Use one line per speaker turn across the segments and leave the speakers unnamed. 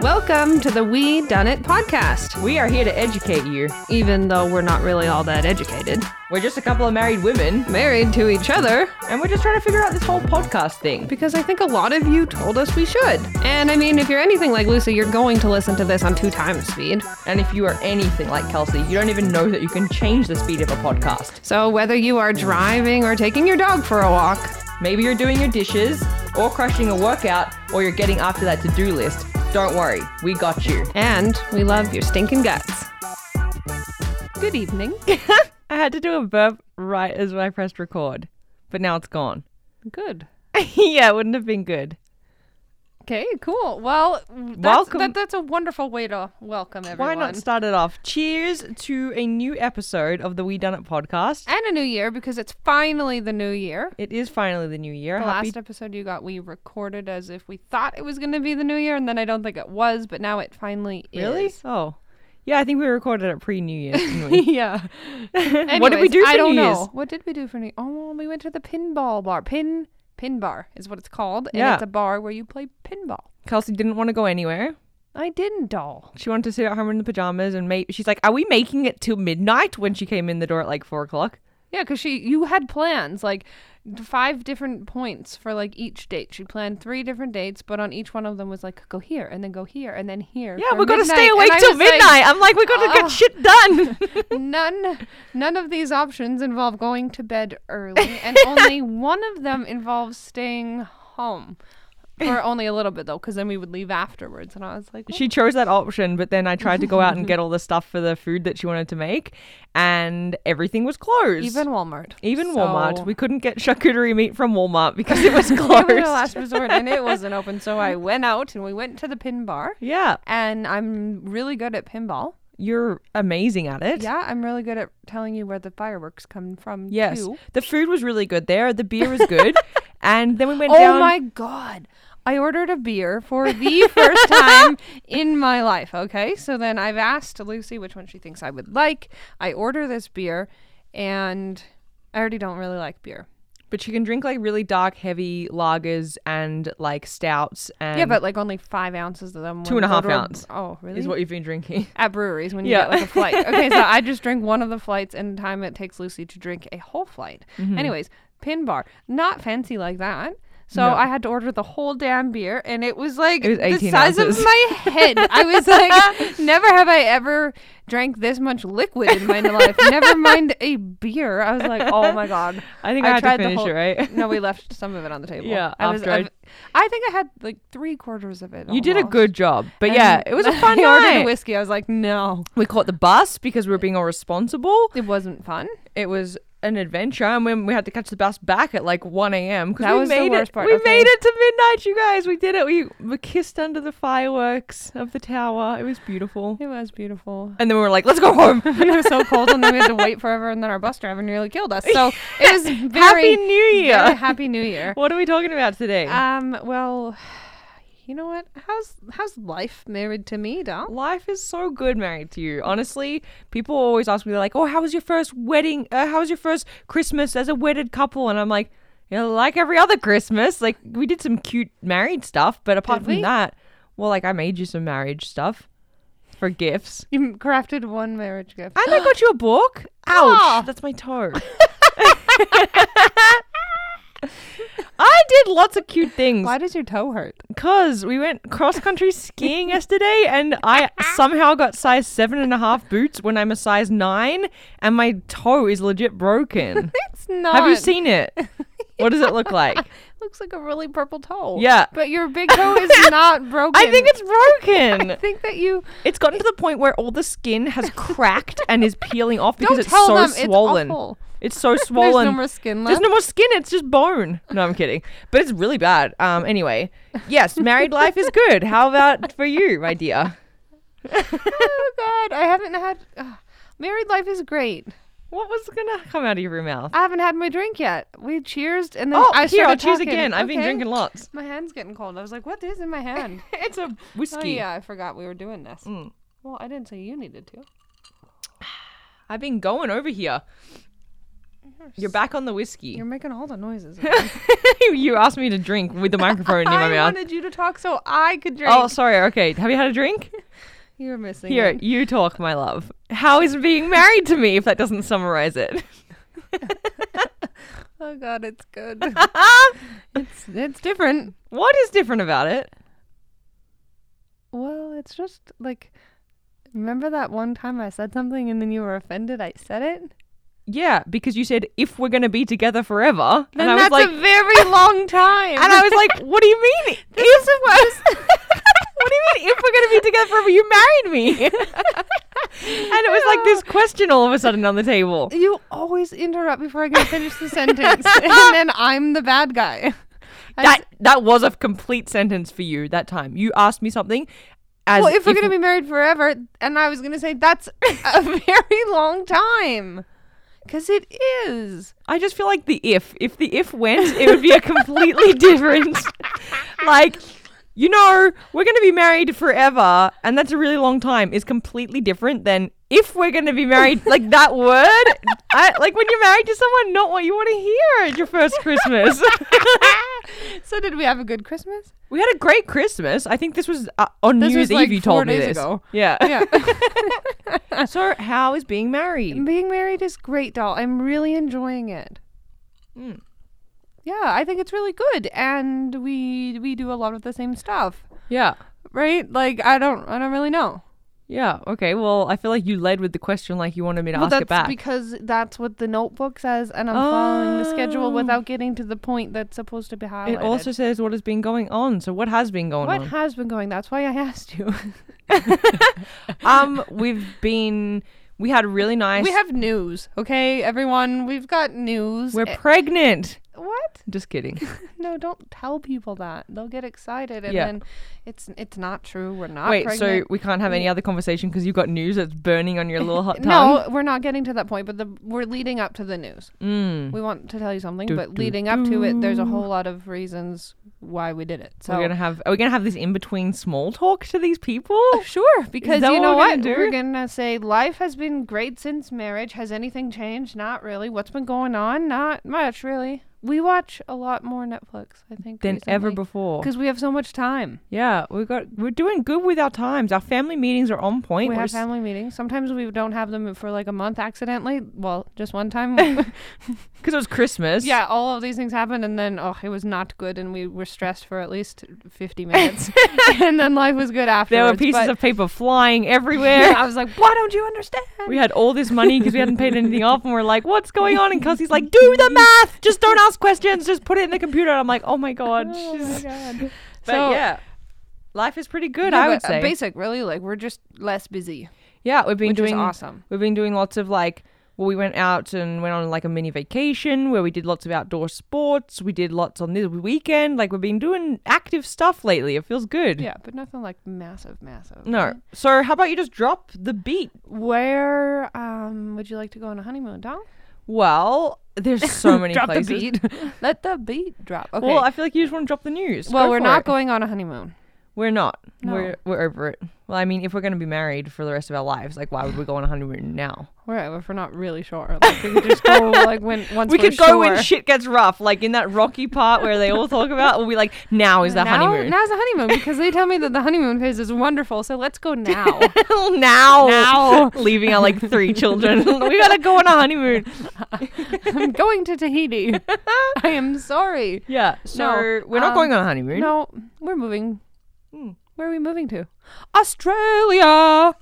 Welcome to the We Done It podcast.
We are here to educate you.
Even though we're not really all that educated,
We're just a couple of married women,
married to each other,
and we're just trying to figure out this whole podcast thing.
because I think a lot of you told us we should. And I mean, if you're anything like Lucy, you're going to listen to this on two times speed.
And if you are anything like Kelsey, you don't even know that you can change the speed of a podcast.
So whether you are driving or taking your dog for a walk,
Maybe you're doing your dishes, or crushing a workout, or you're getting after that to do list. Don't worry, we got you.
and we love your stinking guts. Good evening.
I had to do a burp right as I pressed record, but now it's gone.
Good.
yeah, it wouldn't have been good.
Okay, cool. Well, that's,
Welcome.
That, that's a wonderful way to welcome
Why
everyone.
not start it off? Cheers to a new episode of the We Done It podcast.
and a new year because it's finally the new year.
It is finally the new year.
The
Happy
last episode you got, we recorded as if we thought it was going to be the new year, and then I don't think it was, but now it finally
Really?
is.
Oh. Yeah, I think we recorded it pre New Year's, didn't we?
yeah.
what did we
Anyways,
do for
I don't
New
know.
Year's?
What did we do for New? Oh, we went to the pinball bar. Pin pin bar is what it's called, and
Yeah.
it's a bar where you play pinball.
Kelsey didn't want to go anywhere.
I didn't doll.
She wanted to sit at home in the pajamas and make. She's like, "Are we making it till midnight?" When she came in the door at like four o'clock.
Yeah, because she you had plans like d- five different points for like each date. She planned three different dates, but on each one of them was like go here and then go here and then here.
Yeah,
for
we gotta
midnight,"
stay
and
awake
I
till
was like,
midnight. I'm like, we gotta
"Ugh."
get shit done.
None none of these options involve going to bed early and only one of them involves staying home. For only a little bit though, because then we would leave afterwards, and I was like,
she chose that option, but then I tried to go out and get all the stuff for the food that she wanted to make, and everything was closed.
even Walmart,
even
So-
Walmart, we couldn't get charcuterie meat from Walmart because it was
It
closed.
was our last resort, and it wasn't open. So I went out and we went to the pin bar,
yeah,
and I'm really good at pinball.
you're amazing at it.
Yeah, I'm really good at telling you where the fireworks come from.
Yes.
too.
The food was really good there. The beer was good. and then we went
Oh
down.
my god. I ordered a beer for the first time in my life, okay? So then I've asked Lucy which one she thinks I would like. I order this beer and I already don't really like beer.
But you can drink like really dark, heavy lagers and like stouts and
yeah, but like only five ounces of them.
Two
when
and a
you go
half
to
ounce
oh, really?
is what you've been drinking.
At breweries when you
Yeah.
get like a flight. Okay, so I just drink one of the flights and the time it takes Lucy to drink a whole flight.
Mm-hmm.
Anyways, pin bar. Not fancy like that. So
No.
I had to order the whole damn beer and it was like
It was
the
18
size
ounces.
of my head. I was like, never have I ever drank this much liquid in my life. Never mind a beer. I was like, oh my god.
I think
I
I, had
tried the
to finish
whole-
it, right?
No, we left some of it on the table.
Yeah,
I was.
after I-
I've- I think I had like three quarters of it.
You did a
almost.
good job. But
Oh, And
yeah, it was a fun
I ordered
night.
a whiskey. I was like, no,
we caught the bus because we were being all responsible.
it wasn't fun.
It was an adventure and when we had to catch the bus back at like 1 a.m. because
That
we
was the
made
worst
it.
part,
We
okay.
made it to midnight, you guys. We did it. We were kissed under the fireworks of the tower. It was beautiful.
It was beautiful.
And then we were like, let's go home.
it was so cold, and then we had to wait forever, and then our bus driver nearly killed us. So it was very
Happy New Year.
very happy New Year.
What are we talking about today?
Um, well, you know what? How's how's life married to me, doll?
Life is so good married to you. Honestly, people always ask me, they're like, oh, how was your first wedding? Uh, how was your first Christmas as a wedded couple? And I'm like, you know, like every other Christmas, like we did some cute married stuff, but apart
Did
from
we?
that, well, like I made you some marriage stuff for gifts.
You crafted one marriage gift.
And I got you a book. Ouch.
Aw.
That's my toe. I did lots of cute things.
Why does your toe hurt?
Cause we went cross country skiing yesterday, and I somehow got size seven and a half boots when I'm a size nine, and my toe is legit broken.
It's not.
Have you seen it? What does it look like?
Looks like a really purple toe.
Yeah.
But your big toe is not broken.
I think it's broken.
I think that you
It's gotten to the point where all the skin has cracked and is peeling off because
don't
it's
tell
so
them
swollen.
it's awful.
It's so swollen.
There's no more skin
There's
left.
no more skin. It's just bone. No, I'm kidding. But it's really bad. Um. Anyway, yes, married life is good. How about for you, my dear?
oh god, I haven't had. ugh. married life is great.
What was gonna come out of your mouth?
I haven't had my drink yet. We cheersed and then
oh,
I
here, I'll
started
choose
talking.
again. I've been
Okay.
drinking lots.
My hand's getting cold. I was like, what is in my hand?
It's a
oh
whiskey.
yeah, I forgot we were doing this.
Mm.
Well, I didn't say you needed to.
I've been going over here. You're back on the whiskey.
You're making all the noises.
you asked me to drink with the microphone in my
I
mouth.
wanted you to talk so I could drink.
Oh, sorry. Okay. Have you had a drink?
You're missing.
Here,
it.
you talk, my love. How is being married to me if that doesn't summarize it?
Oh God, it's good. it's it's different.
What is different about it?
Well, it's just like. Remember that one time I said something and then you were offended I said it?
Yeah, because you said if we're going to be together forever.
Then
and I was
that's
like
a very long time.
and I was like, "What do you mean? If What do you mean if we're going to be together forever? You married me." and it was like this question all of a sudden on the table.
You always interrupt before I can finish the sentence, and then I'm the bad guy. I
That
s-
that was a complete sentence for you that time. You asked me something as
well, if we're gonna be married forever, and I was gonna say that's a very long time, because it is.
I just feel like the if if the if went, it would be a completely different. Like, you know, we're gonna be married forever, and that's a really long time. Is completely different than if we're gonna be married. Like that word, I, like when you're married to someone, not what you want to hear at your first Christmas.
So did we have a good Christmas?
we had a great Christmas. I think this was uh, on
This
New
was
Year's
like
Eve. You
four
told me
days
this.
ago.
Yeah.
Yeah.
so how is being married?
Being married is great, doll. I'm really enjoying it.
Mm.
Yeah, I think it's really good, and we we do a lot of the same stuff,
Yeah.
right? Like I don't I don't really know.
Yeah. Okay. Well, I feel like you led with the question, like you wanted me to
Well,
ask
that's
it back.
because that's what the notebook says, and I'm following the schedule
Oh.
without getting to the point that's supposed to be highlighted.
It also says what has been going on. So what has been going
what
on?
has been going? That's why I asked you.
um, we've been we had a really nice.
we have news, okay, everyone. We've got news.
we're
Eh,
pregnant.
what?
Just kidding.
No, don't tell people that. They'll get excited, and
Yeah.
then it's it's not true. We're not.
Wait,
pregnant.
so we can't have any other conversation because you've got news that's burning on your little hot tongue.
No, we're not getting to that point, but the, we're leading up to the news.
Mm.
We want to tell you something,
Do,
but
do,
leading up to it, there's a
do.
whole lot of reasons why we did it. So
we're gonna have are we gonna have this in between small talk to these people?
Sure, because
Oh, that
you
what
know
we're gonna
what?
do?
We're gonna say life has been great since marriage. Has anything changed? Not really. What's been going on? Not much, really. We watch a lot more Netflix, I think,
Than ever before.
because we have so much time.
Yeah, we got we're doing good with our times. Our family meetings are on point.
we
We're
have
s-
family meetings. Sometimes we don't have them for like a month accidentally. Well, just one time.
Because it was Christmas.
yeah, all of these things happened, and then oh, it was not good, and we were stressed for at least fifty minutes, and then life was good
There
afterwards.
were pieces
but-
of paper flying everywhere.
Yeah, I was like, why don't you understand?
We had all this money because we hadn't paid anything off, and we're like, "What's going on?" And Kelsey's like, "Do the math. Just don't ask questions. Just put it in the computer." And I'm like, "Oh my god."
Oh my
she's-
God.
But
So-
yeah, life is pretty good.
Yeah,
I would
but, uh,
say.
basic, really. Like we're just less busy,
yeah, we've been
which
doing
is awesome.
we've been doing lots of like. Well, we went out and went on like a mini vacation where we did lots of outdoor sports. We did lots on this weekend. Like we've been doing active stuff lately. It feels good.
Yeah, but nothing like massive, massive.
No. So how about you just drop the beat?
Where um would you like to go on a honeymoon, Dom?
Well, there's so many
drop
places.
the beat. Let the beat drop. Okay.
Well, I feel like you just want to drop the news.
Well,
Go
we're
for
not
it.
going on a honeymoon.
We're not.
No.
We're we're over it. Well, I mean, if we're gonna be married for the rest of our lives, like why would we go on a honeymoon now?
Right, if we're not really sure, like, we could just go like when once
we
we're
could go when
sure.
shit gets rough, like in that rocky part where they all talk about. We'll be like, now is the
now,
honeymoon.
Now's the honeymoon because they tell me that the honeymoon phase is wonderful. So let's go now.
now,
Now.
leaving our like three children. we gotta go on a honeymoon.
I'm going to Tahiti. I am sorry.
Yeah. So
No,
we're not
um,
going on a honeymoon.
No, we're moving.
Hmm.
Where are we moving to? Australia.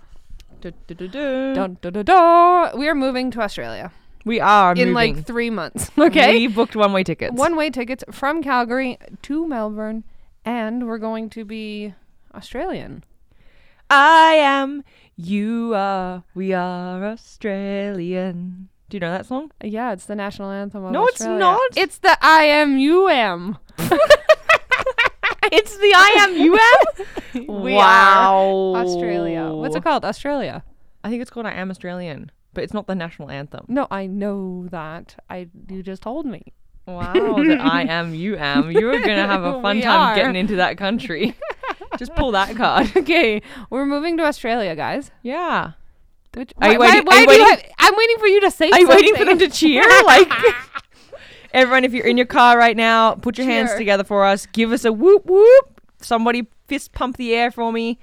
Du- du- du- du.
Dun, dun, dun, dun. We are moving to Australia
We are
in
moving.
like three months. Okay.
We booked one-way tickets.
One way tickets from Calgary to Melbourne, and we're going to be Australian.
I am. You are. We are Australian. Do you know that song?
Yeah, it's the national anthem of
No, it's
Australia.
not.
It's the I am you am.
It's the I am you am.
We
wow.
Australia. What's it called? Australia.
I think it's called I am Australian, but it's not the national anthem.
No, I know that. I you just told me.
Wow, that I am you am. You're gonna have a fun
We
time
are.
getting into that country. Just pull that card.
Okay, we're moving to Australia, guys.
Yeah.
Which,
Are
why,
you
why-
waiting-
why
are you
do you
waiting-
have- I'm waiting for you to say
Are you waiting for them
something.
to cheer? Like everyone, if you're in your car right now, put your hands
Cheer.
together for us. Give us a whoop whoop. Somebody fist pump the air for me.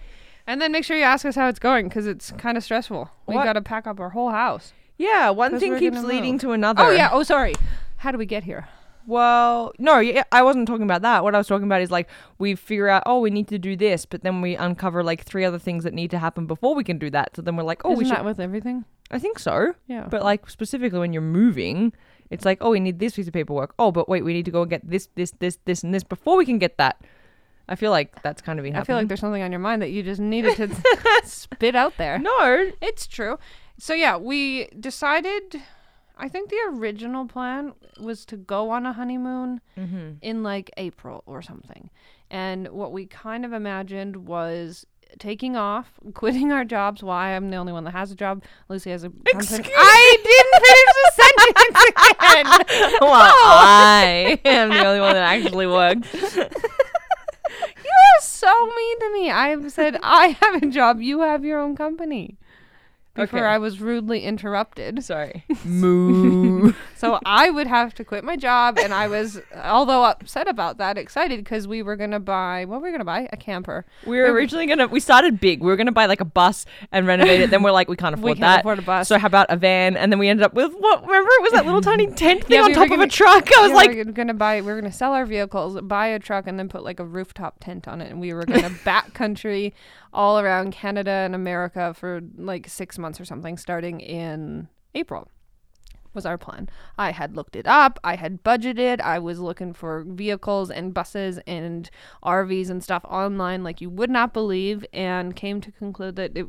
And then make sure you ask us how it's going because it's kind of stressful. We
What?
got to pack up our whole house.
Yeah, one
'Cause
thing
we're
keeps
gonna
leading
move.
to another.
Oh, yeah. Oh, sorry. How do we get here?
Well, no, yeah, I wasn't talking about that. What I was talking about is like we figure out, oh, we need to do this, but then we uncover like three other things that need to happen before we can do that. So then we're like, oh,
Isn't
we should.
that with everything?
I think so.
Yeah.
But like specifically when you're moving, it's like, oh, we need this piece of paperwork. Oh, but wait, we need to go and get this, this, this, this, and this before we can get that. I feel like that's kind of been
I feel like
happening.
there's something on your mind that you just needed to spit out there.
no.
It's true. So yeah, we decided. I think the original plan was to go on a honeymoon in like April or something. And what we kind of imagined was taking off, quitting our jobs. Why? I'm the only one that has a job. Lucy has a company. I didn't finish the sentence again.
Well, I am the only one that actually works.
You're so mean to me. I said I have a job. You have your own company. Before
Okay.
I was rudely interrupted.
Sorry. Moo.
So I would have to quit my job, and I was, although upset about that, excited because we were gonna buy. What were we gonna buy? A camper.
We were originally gonna. We started big. We were gonna buy like a bus and renovate it. Then we're like, we can't afford
can't
that.
afford a bus.
So how about a van? And then we ended up with what? Remember, it was that little tiny tent thing
Yeah, we
on
were
top
gonna-
of a truck. I was
Yeah,
like,
we we're gonna buy. We were gonna sell our vehicles, buy a truck, and then put like a rooftop tent on it, and we were gonna backcountry all around Canada and America for like six months or something, starting in April. was our plan. I had looked it up. I had budgeted. I was looking for vehicles and buses and RVs and stuff online, like you would not believe, and came to conclude that it,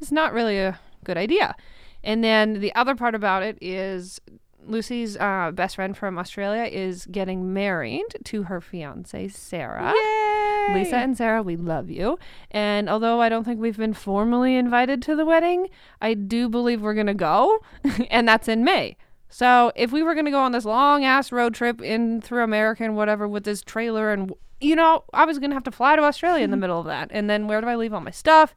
it's not really a good idea. And then the other part about it is Lucy's uh, best friend from Australia is getting married to her fiance, Sarah.
yay!
Lisa and Sarah, we love you. And although I don't think we've been formally invited to the wedding, I do believe we're going to go, and that's in May. So if we were going to go on this long ass road trip in through America and whatever with this trailer, and you know, I was going to have to fly to Australia in the middle of that. And then where do I leave all my stuff?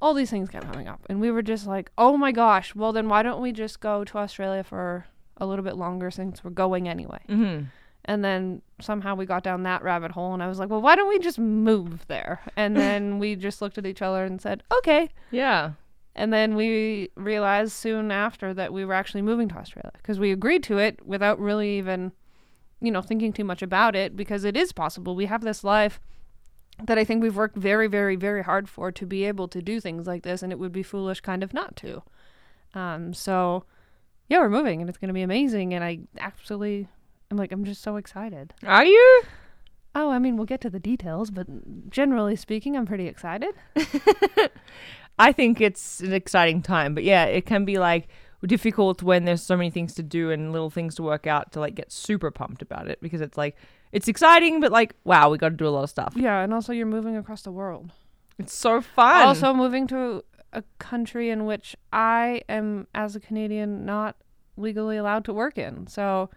All these things kept coming up. And we were just like, oh my gosh, well, then why don't we just go to Australia for a little bit longer since we're going anyway?
Mhm.
And then somehow we got down that rabbit hole, and I was like, well, why don't we just move there? And then we just looked at each other and said, okay.
Yeah.
And then we realized soon after that we were actually moving to Australia because we agreed to it without really even, you know, thinking too much about it because it is possible. We have this life that I think we've worked very, very, very hard for to be able to do things like this, and it would be foolish kind of not to. Um, so, yeah, we're moving, and it's going to be amazing. And I actually, I'm like, I'm just so excited.
Are you?
Oh, I mean, we'll get to the details, but generally speaking, I'm pretty excited.
I think it's an exciting time, but yeah, it can be like difficult when there's so many things to do and little things to work out to like get super pumped about it because it's like it's exciting, but like wow, we got to do a lot of stuff.
Yeah, and also you're moving across the world.
It's so fun.
Also, moving to a country in which I am, as a Canadian, not legally allowed to work in. So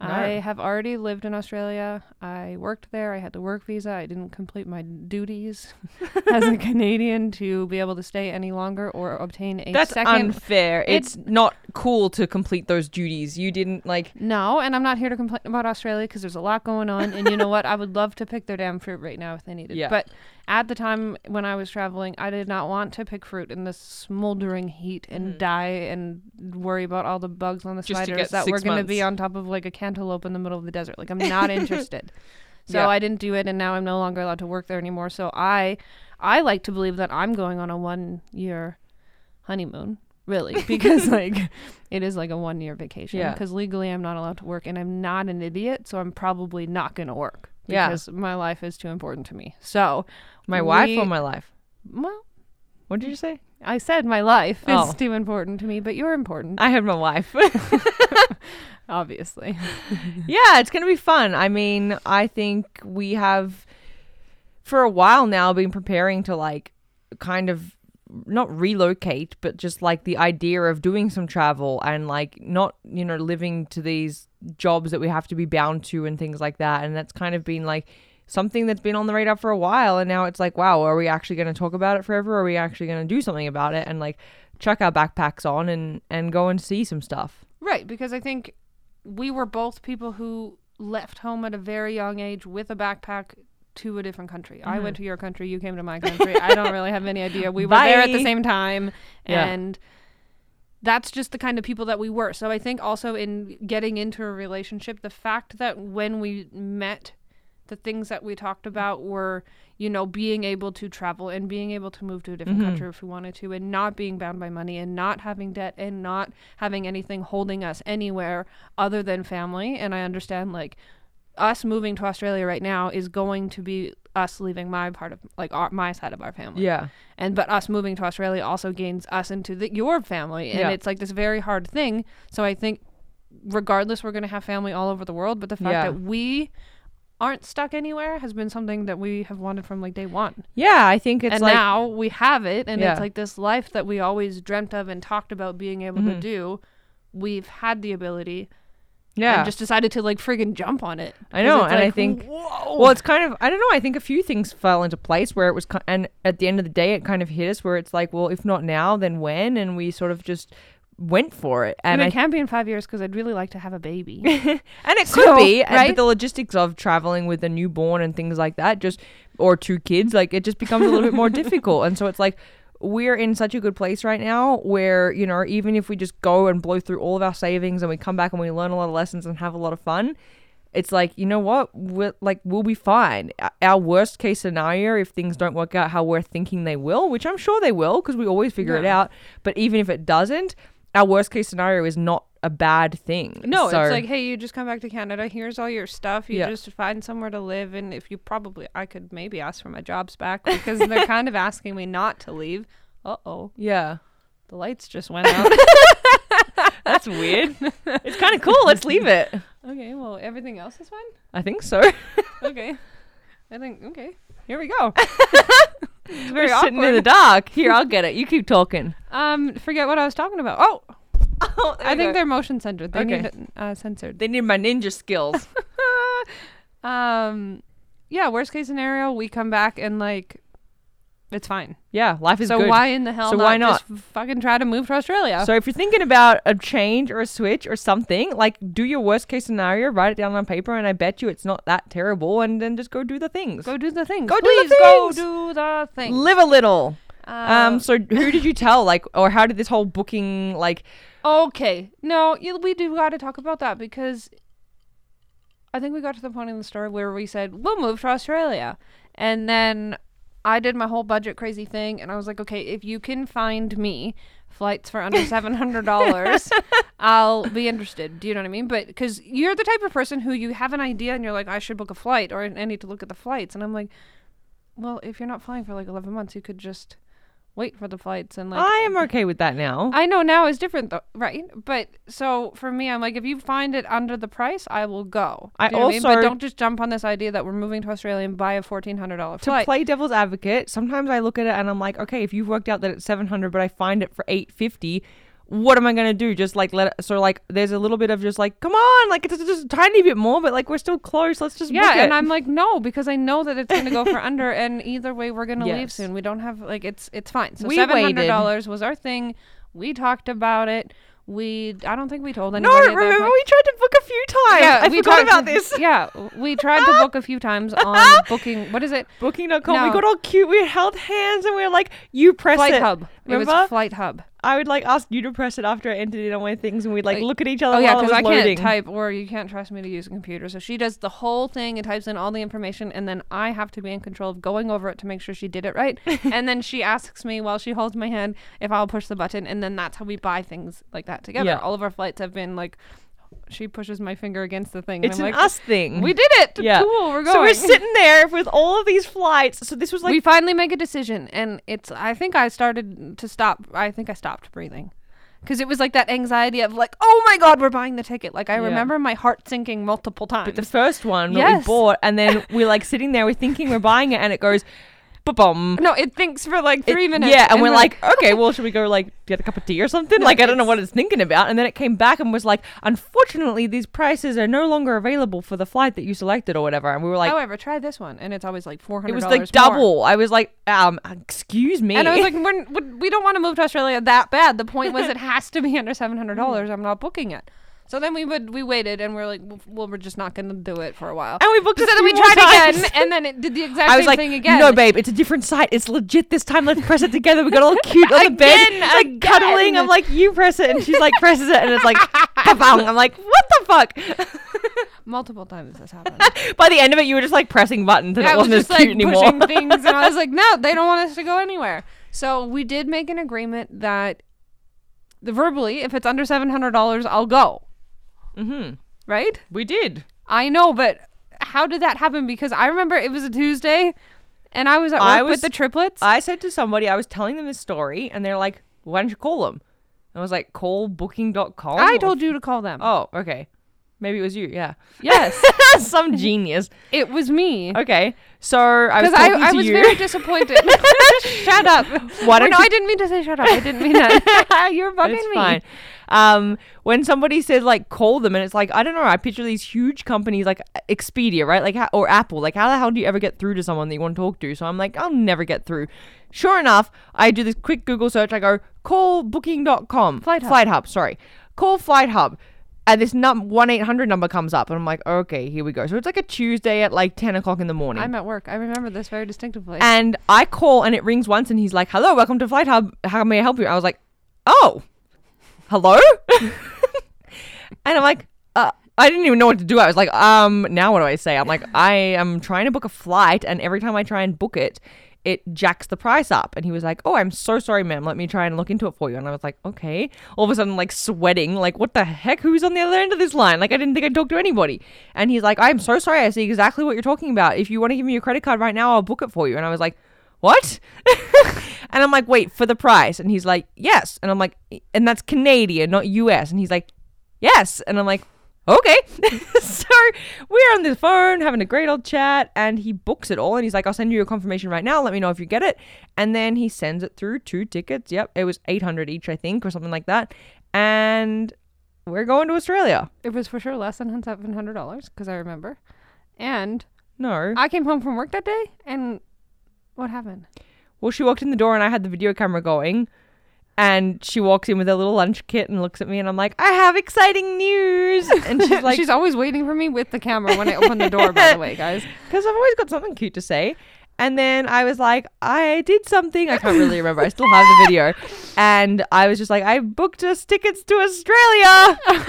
I
No.
have already lived in Australia. I worked there. I had the work visa. I didn't complete my duties as a Canadian to be able to stay any longer or obtain a
That's
second.
unfair. It's not cool to complete those duties. You didn't like.
No, and I'm not here to complain about Australia because there's a lot going on. And you know what? I would love to pick their damn fruit right now if they needed.
Yeah.
But at the time when I was traveling, I did not want to pick fruit in this smoldering heat and die and worry about all the bugs on the
Mm-hmm. Just to
spiders
get
that were
six
going to be
months.
on top of like a cantaloupe in the middle of the desert. Like I'm not interested. So
Yeah.
I didn't do it, and now I'm no longer allowed to work there anymore. So I, I like to believe that I'm going on a one year honeymoon really because like it is like a one year vacation
Yeah.
because legally i'm not allowed to work and i'm not an idiot so i'm probably not going to work
Yeah.
because my life is too important to me so
My wife or
we-
my life?
well
What did you say?
i said my life
Oh.
is too important to me but you're important
I had my wife.
obviously
yeah, it's going to be fun. I mean, I think we have for a while now been preparing to like kind of not relocate, but just like the idea of doing some travel and like not, you know, living to these jobs that we have to be bound to and things like that. And that's kind of been like something that's been on the radar for a while and now it's like wow are we actually going to talk about it forever are we actually going to do something about it and like chuck our backpacks on and and go and see some stuff
Right, because I think we were both people who left home at a very young age with a backpack to a different country. I went
Mm-hmm.
to your country, you came to my country. I don't really have any idea. We were there at the
Bye.
same time
Yeah.
and that's just the kind of people that we were. So I think also in getting into a relationship, the fact that when we met the things that we talked about were, you know, being able to travel and being able to move to a different country if we wanted to, and not being bound by money and not having debt and not having anything holding us anywhere other than family. And I understand, like, us moving to Australia right now is going to be us leaving my part of, like, our, my side of our family
yeah
and but us moving to australia also gains us into the, your family and
Yeah.
it's like this very hard thing so i think regardless we're going to have family all over the world but the fact
Yeah.
that we aren't stuck anywhere has been something that we have wanted from like day one
yeah i think it's
and
like
now we have it and
Yeah.
it's like this life that we always dreamt of and talked about being able
Mm-hmm.
to do we've had the ability
yeah
and just decided to like friggin' jump on it
I
'Cause
know,
it's
and I
like,
think-
whoa
Well, it's kind of I don't know. I think a few things fell into place where it was, ki- and at the end of the day, it kind of hit us where it's like, well, if not now, then when? And we sort of just went for it,
and
and
it
I,
can't be in five years because i'd really like to have a baby
and it
so,
could be, and,
right?
but the logistics of traveling with a newborn and things like that, just or two kids, like it just becomes a little bit more difficult, and so it's like. We're in such a good place right now where, you know, even if we just go and blow through all of our savings and we come back and we learn a lot of lessons and have a lot of fun, it's like you know what we're like we'll be fine O- our worst case scenario if things don't work out how we're thinking they will which i'm sure they will because we always figure it
Yeah.
out but even if it doesn't our worst case scenario is not a bad thing
No,
So-
it's like, hey, you just come back to Canada. Here's all your stuff. You
Yeah.
just find somewhere to live. And if you probably, I could maybe ask for my jobs back because they're kind of asking me not to leave. Uh oh,
yeah
the lights just went out.
that's weird it's kind of cool let's leave it
okay, well, everything else is fine.
i think so
Okay. I think, okay, here we go. it's very
we're sitting in
awkward.
the dark here i'll get it you keep talking
um, forget what I was talking about. Oh,
oh,
I think they're motion censored. They
Okay.
need uh, censored.
they need my ninja skills
um, yeah, worst case scenario, we come back and like, it's fine.
yeah life is
so
good
why in the hell
So
not,
why
just fucking try to move to Australia?
So if you're thinking about a change or a switch or something, like do your worst case scenario, write it down on paper, and I bet you it's not that terrible. And then just go do the things.
go do the thing.
Go do the
Please go
things.
do the thing.
Live a little.
Um,
Um. So who did you tell? Like, or how did this whole booking? Like,
okay. No, you, we do got to talk about that because I think we got to the point in the story where we said, we'll move to Australia. And then I did my whole budget crazy thing and I was like, okay, if you can find me flights for under $700, I'll be interested. Do you know what I mean? But because you're the type of person who you have an idea and you're like, I should book a flight or I need to look at the flights. And I'm like, well, if you're not flying for like 11 months, you could just wait for the flights and like
I am okay with that now.
I know now is different though, right? But so for me, I'm like, if you find it under the price, I will go.
I
Do you know what mean?
also-
but don't just jump on this idea that we're moving to Australia and buy a fourteen hundred dollar
to
flight.
play devil's advocate, sometimes I look at it and I'm like, okay, if you've worked out that it's 700, but I find it for 850, what am I gonna do? Just like let it. So like, there's a little bit of just like, come on, like it's just a tiny bit more, but like we're still close. Let's just
yeah,
book
and
it.
I'm like, no, because I know that it's going to go for under, and either way, we're going to leave
Yes.
soon. We don't have like it's it's fine. So
We
seven hundred
waited.
dollars was our thing. We talked about it. We I don't think we told
No,
anybody. at that
remember
point.
we tried to book a few times. I forgot
talked-
about this.
Yeah, we tried to book a few times on booking. What is it?
Booking.com. We
No.
got all cute. We held hands and we were like, "You press
Flight
it."
Hub. It
Remember?
was Flight Hub.
I would like ask you to press it after I entered in on my things, and we'd like
Like-
look at each other
Oh yeah,
while it
because
was
I
loading.
can't type, or you can't trust me to use a computer. So she does the whole thing and types in all the information, and then I have to be in control of going over it to make sure she did it right. and then she asks me while she holds my hand if I'll push the button, and then that's how we buy things like that together.
Yeah.
All of our flights have been like, she pushes my finger against the thing.
It's
and
an
I'm like,
us thing.
we did it.
Yeah.
Cool. We're going.
so we're sitting there with all of these flights. So this was like,
we finally make a decision, and it's. I think I started to stop. I think I stopped breathing. Because it was like that anxiety of like, oh my god, we're buying the ticket. Like I
Yeah.
remember my heart sinking multiple times.
the first one that
Yes.
we bought, and then we're like sitting there, we're thinking we're buying it, and it goes. ba-bum.
No, it thinks for like three
It-
minutes.
Yeah, and, we're like,
"Oh."
okay, well, should we go like get a cup of tea or something? like, I don't know what it's thinking about. And then it came back and was like, unfortunately, these prices are no longer available for the flight that you selected or whatever. And we were like,
however, try this one, and it's always like four
it
hundred.
was like double. I was like, um, excuse me.
And I was like, we're, we- we don't want to move to Australia that bad. The point was, it has to be under seven hundred dollars.
Mm.
I'm not booking it. So then we would we waited, and we're like, well, we're just not going to do it for a while.
and we booked
so
it.
then
two
we
more
tried
times.
again, and then it did the exact
I
same
was like,
thing again.
no, babe, it's a different site. It's legit this time. Let's press it together. We got all cute on the bed,
Again,
like
again.
cuddling. I'm like, you press it, and she's like, presses it, and it's like, bang. I'm like, what the
Multiple times this happened.
fuck? By the end of it, you were just like pressing buttons, and
I
it
was
wasn't
just
as
like
cute anymore.
pushing things, and I was like, no, they don't want us to go anywhere. So we did make an agreement that the verbally, if it's under seven hundred dollars, I'll go.
mm-hmm.
Right?
We did.
I know, but how did that happen? Because I remember it was a Tuesday, and I was at work
I
with
was-
the triplets.
I said to somebody, I was telling them this story, and they're like, why don't you call them? I was like, call booking.com?
I
or-
told you to call them.
Oh, okay. Maybe it was you, yeah.
Yes,
Some genius.
it was me.
Okay. So I was
Because I,
talking
I,
to
was
you.
very disappointed. shut up.
Why
Wait,
don't
no,
you-
I didn't mean to say shut up. I didn't mean that. you were bugging
it's
me.
fine. Um, when somebody says like call them, and it's like I don't know, I picture these huge companies like Expedia, right? Like ho- or Apple. Like how the hell do you ever get through to someone that you want to talk to? So I'm like, I'll never get through. Sure enough, I do this quick Google search. I go call booking.com,
Flight Hub.
Flight Hub. Sorry, call Flight Hub. And this num one eight hundred number comes up, and I'm like, okay, here we go. So it's like a Tuesday at like ten o'clock in the morning.
I'm at work. I remember this very distinctively.
And I call and it rings once and he's like, Hello, welcome to Flight Hub. How may I help you? I was like, Oh, hello? and I'm like, uh, I didn't even know what to do. I was like, um, now what do I say? I'm like, I am trying to book a flight, and every time I try and book it, it jacks the price up. And he was like, Oh, I'm so sorry, ma'am. Let me try and look into it for you. And I was like, Okay. All of a sudden, like sweating, like, what the heck? Who's on the other end of this line? Like, I didn't think I'd talk to anybody. And he's like, I'm so sorry. I see exactly what you're talking about. If you want to give me your credit card right now, I'll book it for you. And I was like, what? and I'm like, wait, for the price. And he's like, yes. And I'm like, and that's Canadian, not US. And he's like, yes. And I'm like, okay. so we're on the phone having a great old chat. And he books it all. And he's like, I'll send you a confirmation right now. Let me know if you get it. And then he sends it through two tickets. Yep. It was 800 each, I think, or something like that. And we're going to Australia.
it was for sure less than seven hundred dollars because I remember. And
No.
I came home from work that day, and what happened?
Well, she walked in the door and I had the video camera going. And she walks in with her little lunch kit and looks at me and I'm like, I have exciting news. And she's like,
She's always waiting for me with the camera when I open the door. By the way, guys,
because I've always got something cute to say. And then I was like, I did something. I can't really remember. I still have the video. And I was just like, I booked us tickets to Australia.
I was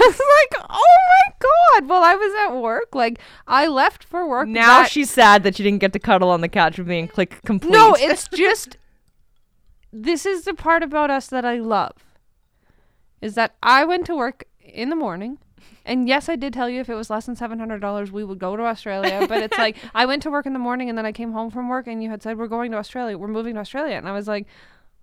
like, "Oh my god!" Well, I was at work. Like, I left for work.
Now
that-
she's sad that she didn't get to cuddle on the couch with me and click complete.
No, it's just. This is the part about us that I love. Is that I went to work in the morning. And yes, I did tell you if it was less than $700, we would go to Australia. But it's like, I went to work in the morning and then I came home from work and you had said, We're going to Australia. We're moving to Australia. And I was like,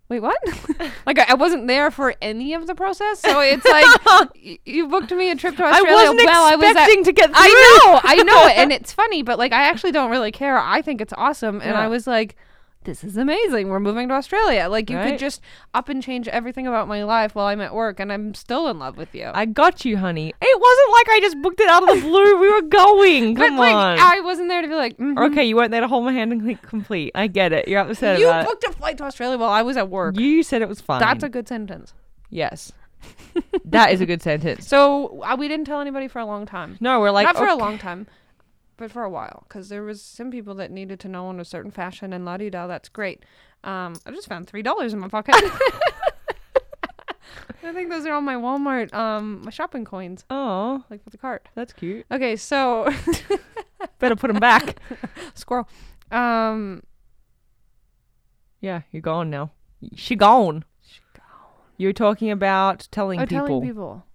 Wait, what? like, I, I wasn't there for any of the process. So it's like, y- you booked me a trip to
I
Australia
wasn't
while I was at
expecting to get through.
I know, I know, and it's funny, but like I actually don't really care. I think it's awesome, and
Yeah.
I was like, "This is amazing. We're moving to Australia. Like you
Right.
could just up and change everything about my life while I'm at work, and I'm still in love with you."
I got you, honey. It wasn't like I just booked it out of the blue. We were going.
but
Come
like
on.
I wasn't there to be like, mhm.
Okay, you weren't there to hold my hand and click complete. I get it. You're upset
"You
about
booked a flight to Australia while I was at work."
it. You said it was fine.
That's a good sentence.
yes. that is a good sentence.
So uh, we didn't tell anybody for a long time.
No, we're like
Not for a
okay.
long time. But for a while, because there was some people that needed to know in a certain fashion, and la di da, that's great. Um, I just found three dollars in my pocket. I think those are all my Walmart, um, my shopping coins,
Oh,
like for the cart.
that's cute.
Okay, so
Better put them back.
squirrel. Um,
yeah, you're gone now. She gone.
sh-
You were talking about telling,
oh,
people.
telling people.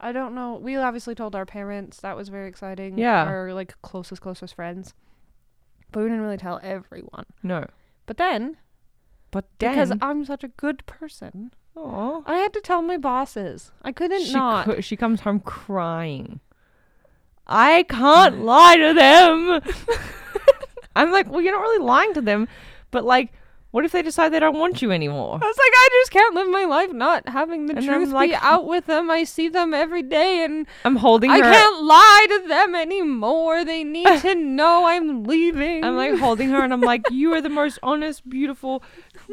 I don't know. We obviously told our parents. That was very exciting.
Yeah.
Our like closest, closest friends. But we didn't really tell everyone.
No,
But then,
but
because
then.
I'm such a good person,
Aw.
I had to tell my bosses. I couldn't
she
not.
co- she comes home crying. I can't lie to them. I'm like, well, you're not really lying to them, But like, what if they decide they don't want you anymore?
I was like, I just can't live my life not having the
And I'm
truth
like-
be out with them. I see them every day, and
I'm holding
I
her.
can't lie to them anymore. They need to know I'm leaving.
I'm like holding her, and I'm like, "You are the most honest, beautiful,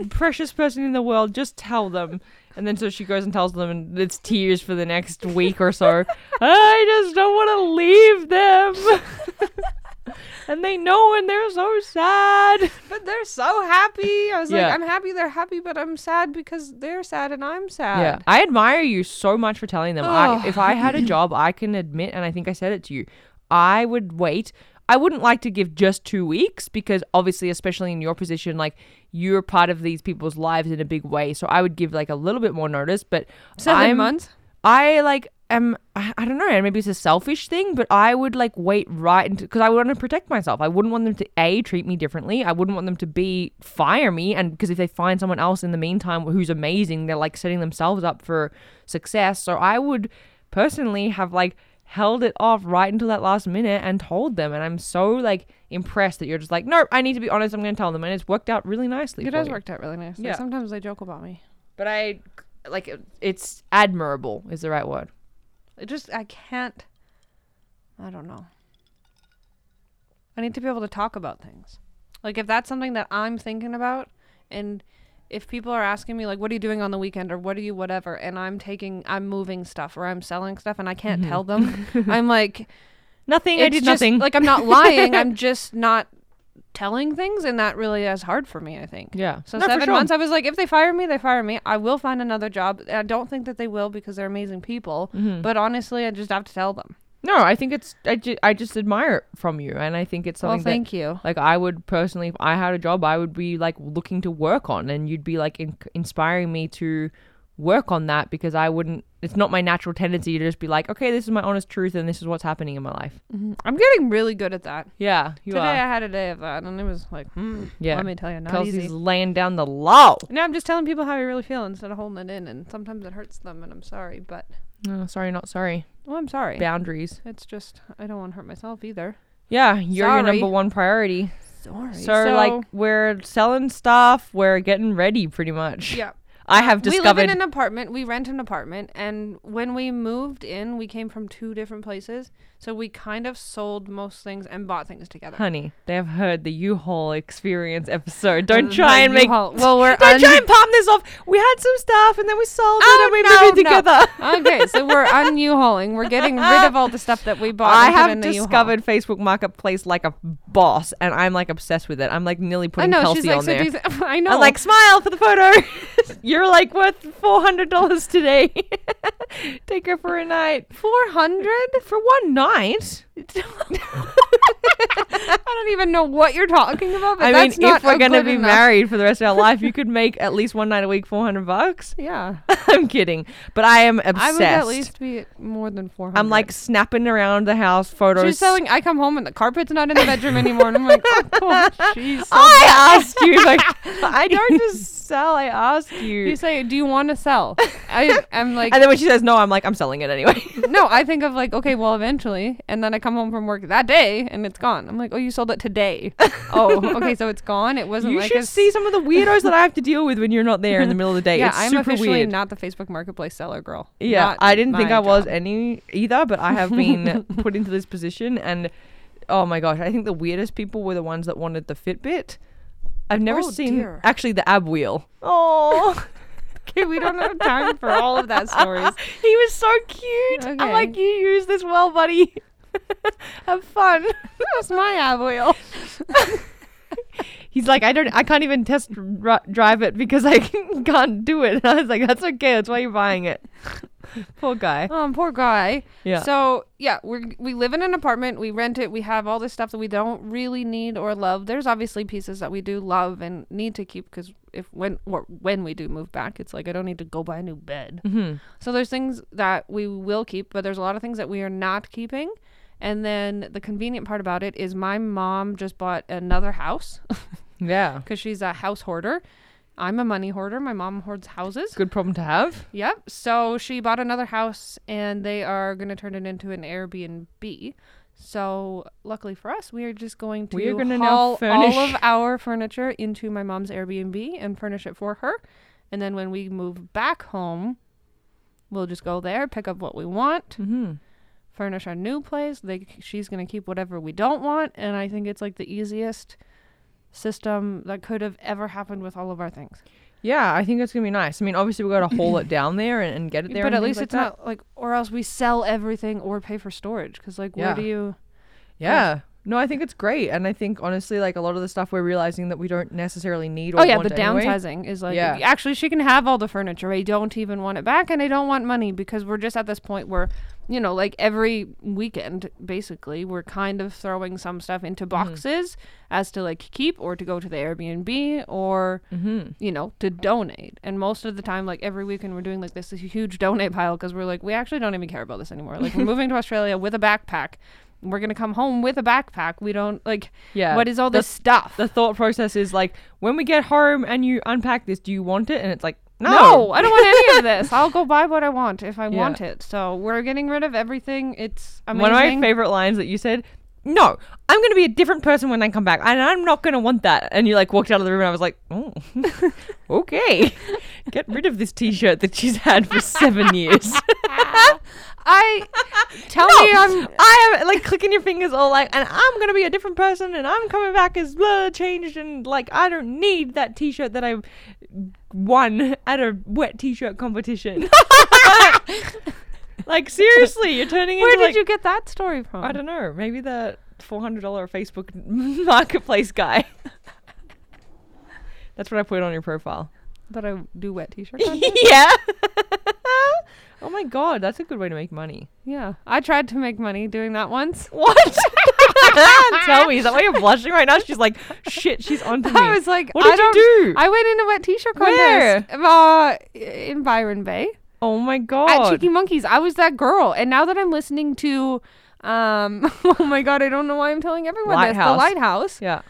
precious person in the world. Just tell them." And then so she goes and tells them, and it's tears for the next week or so. I just don't want to leave them. and they know, and they're so sad.
but they're so happy. I was
Yeah.
like, I'm happy they're happy, but I'm sad because they're sad and I'm
Yeah,
sad.
I admire you so much for telling them. I,
Oh.
if I had a job, I can admit, and I think I said it to you, I would wait. I wouldn't like to give just two weeks because obviously, especially in your position, like you're part of these people's lives in a big way. So I would give like a little bit more notice. But
7
I'm-
months.
I like am I I don't know. Maybe it's a selfish thing, but I would like wait right until because I want to protect myself. I wouldn't want them to a treat me differently. I wouldn't want them to b fire me, and because if they find someone else in the meantime who's amazing, they're like setting themselves up for success. So I would personally have like held it off right until that last minute and told them, and I'm so like impressed that you're just like, nope, I need to be honest. I'm going to tell them, and it's worked out really nicely.
It
for
has
you.
worked out really nicely.
Yeah.
Sometimes they joke about me.
but I like it- it's admirable is the right word.
It just I can't. I don't know. I need to be able to talk about things. Like if that's something that I'm thinking about, and if people are asking me like, "What are you doing on the weekend?" or "What are you whatever," and I'm taking, I'm moving stuff or I'm selling stuff, and I can't tell them, I'm like,
Nothing. Mm-hmm. I
it's
did
just-
nothing.
Like I'm not lying. I'm just not telling things, and that really is hard for me. I think.
Yeah.
So
No, for
seven
sure.
months, I was like, if they fire me, they fire me. I will find another job. I don't think that they will because they're amazing people.
Mm-hmm.
But honestly, I just have to tell them.
No, I think it's I, ju- I just admire it from you, and I think it's something
well, thank you.
that like I would personally, if I had a job, I would be like looking to work on, and you'd be like in- inspiring me to work on that because I wouldn't. It's not my natural tendency to just be like, okay, this is my honest truth, and this is what's happening in my life.
Mm-hmm. I'm getting really good at that.
Yeah, you
Today I
are.
had a day of that, and it was like, hmm,
Yeah.
let me tell you, not
Kelsey's
easy.
laying down the law.
Now I'm just telling people how I really feel instead of holding it in, and sometimes it hurts them, and I'm sorry, but
No, sorry, not sorry.
well, I'm sorry.
Boundaries.
It's just I don't want to hurt myself either.
Yeah, you're your
Sorry.
number one priority.
Sorry.
So, like, we're selling stuff. We're getting ready, pretty much.
yeah.
I have
We
discovered.
live in an apartment. We rent an apartment, and when we moved in, we came from two different places, so we kind of sold most things and bought things together.
Honey, they have heard the U-Haul experience episode. Don't try and make.
U-Haul. Well, we're
Don't
un- Oh,
try and palm this off. We had some stuff and then we sold it and we
no,
moved it
no.
together.
okay, so we're on U-hauling. We're getting rid of all the stuff that we bought.
I
and put
have
in the U-Haul.
discovered Facebook Marketplace like a boss, and I'm like obsessed with it. I'm like nearly
I
putting
know.
Kelsey
She's like,
on
so do
there.
you th- I know.
I'm like, smile for the photo. You're like worth four hundred dollars today. Take her for a night.
four hundred.
For one night.
I don't even know what you're talking about. But
I mean,
that's not
if we're
a
gonna
good
be
enough-
married for the rest of our life, you could make at least one night a week four hundred bucks.
yeah,
I'm kidding, but I am obsessed.
I would at least be at more than four hundred.
I'm like snapping around the house photos.
She's selling. I come home and the carpet's not in the bedroom anymore, and I'm like, oh, jeez.
I asked you like I don't just sell. I ask you.
You say, "Do you want to sell?" I am like,
and then when she says no, I'm like I'm selling it anyway.
"No." I think of like, "Okay, well, eventually," and then I come home from work that day and it's gone. I'm like, "Oh, you sold it today." oh, okay, so it's gone. It wasn't
you
like a
should
s-
see some of the weirdos that I have to deal with when you're not there in the middle of the day.
Yeah,
it's
I'm
super
officially
weird.
not the Facebook Marketplace seller girl.
yeah,
Not
I didn't think
my
I was
job.
any either, but I have been put into this position, and oh my gosh, I think the weirdest people were the ones that wanted the Fitbit. I've never
Oh,
seen
dear.
actually the ab wheel. Oh.
Okay, we don't have time for all of that stories.
he was so cute. I'm
Okay.
like, you use this well, buddy. Have fun.
That's my ab wheel.
He's like, I don't, I can't even test r- drive it because I can't do it. I was like, that's okay. That's why you're buying it. Poor guy.
Um, poor guy.
Yeah.
So yeah, we are we live in an apartment. We rent it. We have all this stuff that we don't really need or love. There's obviously pieces that we do love and need to keep because if when or when we do move back, it's like I don't need to go buy a new bed.
Mhm.
So there's things that we will keep, but there's a lot of things that we are not keeping. And then the convenient part about it is my mom just bought another house
Yeah.
because she's a house hoarder. I'm a money hoarder. My mom hoards houses.
Good problem to have.
Yep. So she bought another house and they are going to turn it into an Airbnb. So luckily for us, we are just going to
We are gonna now
haul all of
furnish-
our furniture into my mom's Airbnb and furnish it for her. And then when we move back home, we'll just go there, pick up what we want,
Mm-hmm.
furnish our new place. They, she's gonna keep whatever we don't want, and I think it's like the easiest system that could have ever happened with all of our things.
Yeah, I think that's gonna be nice. I mean, obviously we got to haul it down there and, and get it there.
but
and
at least
things like
it's
that.
not like, or else we sell everything or pay for storage. Because like,
Yeah.
where do you?
Yeah. No, I think it's great, and I think honestly, like a lot of the stuff we're realizing that we don't necessarily need. Or
Oh yeah,
want
the
anyway.
downsizing is like
Yeah.
actually she can have all the furniture. I don't even want it back and I don't want money because we're just at this point where you know, like every weekend basically, we're kind of throwing some stuff into
Mm-hmm.
boxes as to like keep or to go to the Airbnb or
Mm-hmm.
you know, to donate. And most of the time like every weekend we're doing like this huge donate pile cuz we're like we actually don't even care about this anymore. Like we're moving to Australia with a backpack. We're going to come home with a backpack. We don't like
Yeah,
what is all
the-
this stuff?
The thought process is like, when we get home and you unpack this, do you want it? And it's like, no.
No, I don't want any of this. I'll go buy what I want if I
Yeah.
want it. So we're getting rid of everything. It's amazing.
One of my favorite lines that you said. No, I'm going to be a different person when I come back, and I'm not going to want that. And you like walked out of the room, and I was like, oh, okay, get rid of this T-shirt that she's had for seven years.
I tell
No,
me I'm
I am like clicking your fingers all like, and I'm gonna be a different person, and I'm coming back as blah, changed, and like I don't need that T-shirt that I won at a wet T-shirt competition. like seriously, you're turning
Where
into
did
like
you get that story from?
I don't know, maybe the four hundred dollar Facebook marketplace guy. That's what I put on your profile.
that I do wet t-shirts. on?
yeah. oh my god, that's a good way to make money.
yeah, I tried to make money doing that once.
What? Tell me, is that why you're blushing right now? She's like, shit, she's onto me.
I was like,
what
I
did
don't,
you do?
I went in a wet t-shirt
Where?
contest uh, in Byron Bay.
oh my
at
god.
Cheeky Monkeys. I was that girl, and now that I'm listening to, um, oh my god, I don't know why I'm telling everyone
Lighthouse.
this. The Lighthouse
yeah.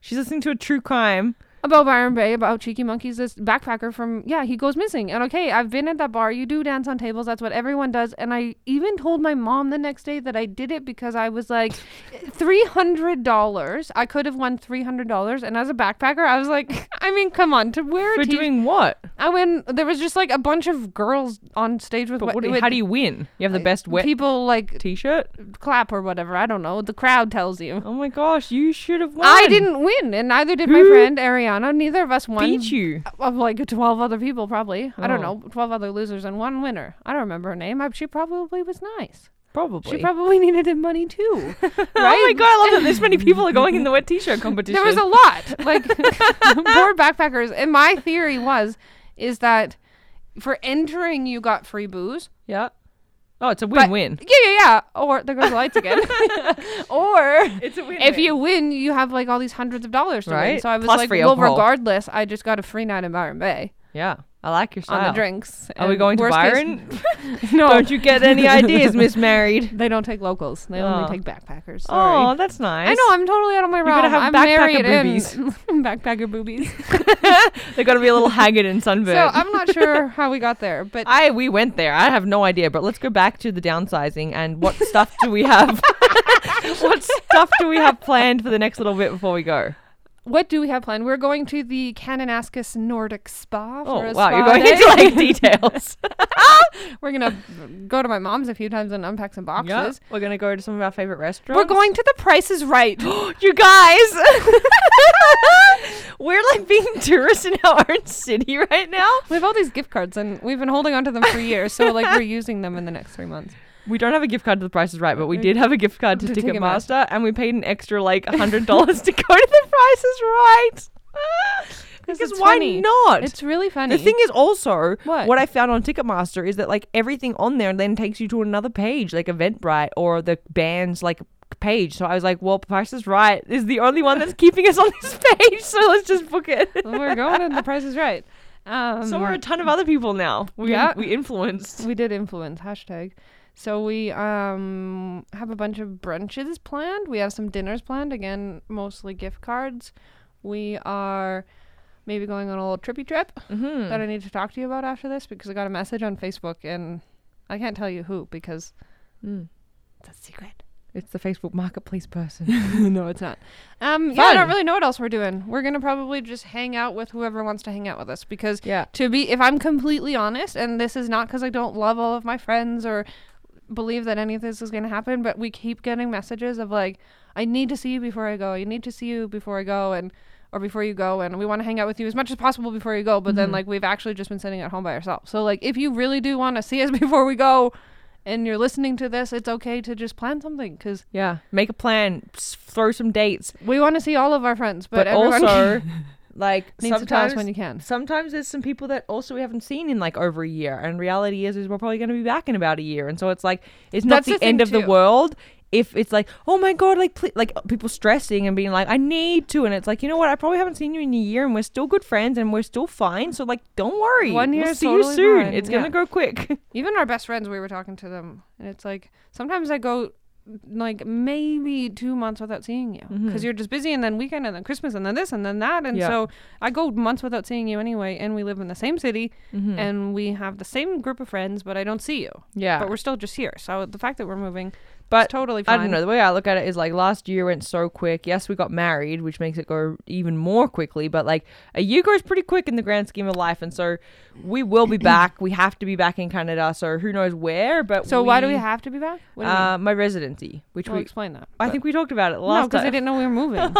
She's listening to a true crime.
about Byron Bay, about Cheeky Monkeys. This backpacker from yeah, he goes missing, and okay, I've been at that bar. You do dance on tables. That's what everyone does. And I even told my mom the next day that I did it because I was like, three hundred dollars. I could have won three hundred dollars, and as a backpacker, I was like, I mean, come on, to wear a
For
t-
doing what?
I went. There was just like a bunch of girls on stage with
But
wet-
what do you-
with
how do you win? You have the best wet
people like
t-shirt?
clap or whatever. I don't know. The crowd tells you.
Oh my gosh, you should have won.
I didn't win, and neither did my
Who
friend Ariana. Neither of us won.
beat you.
Of like 12 other people, probably. I don't
Oh.
know. 12 other losers and one winner. I don't remember her name. I, she probably was nice.
Probably.
She probably needed the money too. right?
Oh my god, I love that this many people are going in the wet t-shirt competition.
There was a lot. Like poor backpackers. And my theory was is that for entering you got free booze.
Yeah. Oh, it's a win-win.
Yeah, yeah, yeah. Or there goes the lights again. or
It's a win.
if you win, you have like all these hundreds of dollars to win.
Right.
So I was
Plus
like,
free
well,
alcohol.
regardless, I just got a free night in Byron Bay
Yeah. I like your style.
on the drinks.
Are we
and
going to
worst case-
Byron?
no,
Don't you get any ideas, Miss Married?
they don't take locals. They
Oh.
only take backpackers.
Oh,
Sorry.
that's nice.
I know I'm totally out of my realm.
gotta have
I'm married
backpacker boobies.
and backpacker boobies.
They gotta be a little haggard and sunburned.
so I'm not sure how we got there, but
um, I we went there. I have no idea, but let's go back to the downsizing and what stuff do we have? what stuff do we have planned for the next little bit before we go?
what do we have planned? We're going to the Kananaskis Nordic Spa.
Oh
for a
wow,
spa
you're going
day.
into like details.
We're gonna go to my mom's a few times and unpack some boxes.
Yeah, we're gonna go to some of our favorite restaurants.
We're going to the Price is Right.
you guys. we're like being tourists in our own city right now.
We have all these gift cards, and we've been holding on to them for years. So like we're using them in the next three months.
We don't have a gift card to the Price is Right, but we did have a gift card to,
To
Ticketmaster, and we paid an extra like hundred dollars to go to the Price is Right. because
it's
why
funny.
not?
It's really funny.
the thing is also
What?
I found on Ticketmaster is that like everything on there then takes you to another page, like Eventbrite or the band's like page. So I was like, well, Price is Right is the only one that's keeping us on this page, so let's just book it.
we're going to the Price is Right. Um,
so we're a ton of other people now. We
Yeah.
we influenced.
we did influence hashtag. So we um have a bunch of brunches planned. We have some dinners planned. Again, mostly gift cards. We are maybe going on a little trippy trip
Mm-hmm.
that I need to talk to you about after this because I got a message on Facebook and I can't tell you who because
Mm.
it's a secret.
It's the Facebook marketplace person.
no, it's not. Um, yeah, I
Fun.
don't really know what else we're doing. We're gonna probably just hang out with whoever wants to hang out with us because
yeah.
to be, if I'm completely honest, and this is not because I don't love all of my friends or believe that any of this is gonna happen, but we keep getting messages of like, I need to see you before I go. I need to see you before I go, and or before you go, and we want to hang out with you as much as possible before you go. But
Mm-hmm.
then like we've actually just been sitting at home by ourselves. So like if you really do want to see us before we go. And you're listening to this, it's okay to just plan something because
Yeah. Make a plan. s- Throw some dates.
We want to see all of our friends, but,
But,
everyone
also, like
needs to tell us
sometimes
when you can.
sometimes there's some people that also we haven't seen in like over a year and reality is is we're probably going to be back in about a year and so it's like it's not
That's the
the, end
thing,
of the
too.
world if it's like oh my god like ple like people stressing and being like i need to and it's like you know what i probably haven't seen you in a year and we're still good friends and we're still fine so like don't worry
One
we'll
year is
see
totally
you soon
fine,
it's
yeah.
gonna go quick
Even our best friends, we were talking to them, and it's like sometimes I go like maybe two months without seeing you because you're just busy, and then weekend, and then Christmas, and then this, and then that, and
Mm-hmm. Yeah.
so I go months without seeing you anyway. And we live in the same city,
Mm.
and we have the same group of friends, but I don't see you.
yeah
But we're still just here. So the fact that we're moving,
But
but totally
I
fine.
don't know. The way I look at it is like last year went so quick. Yes, we got married, which makes it go even more quickly. But like a year goes pretty quick in the grand scheme of life, and so we will be back. We have to be back in Canada. So who knows where? But
So why do we have to be back? What do you mean?
uh, my residency? Which
Well,
we
explain that.
I
but-
think we talked about it
no,
last
because I
time.
didn't know we were moving.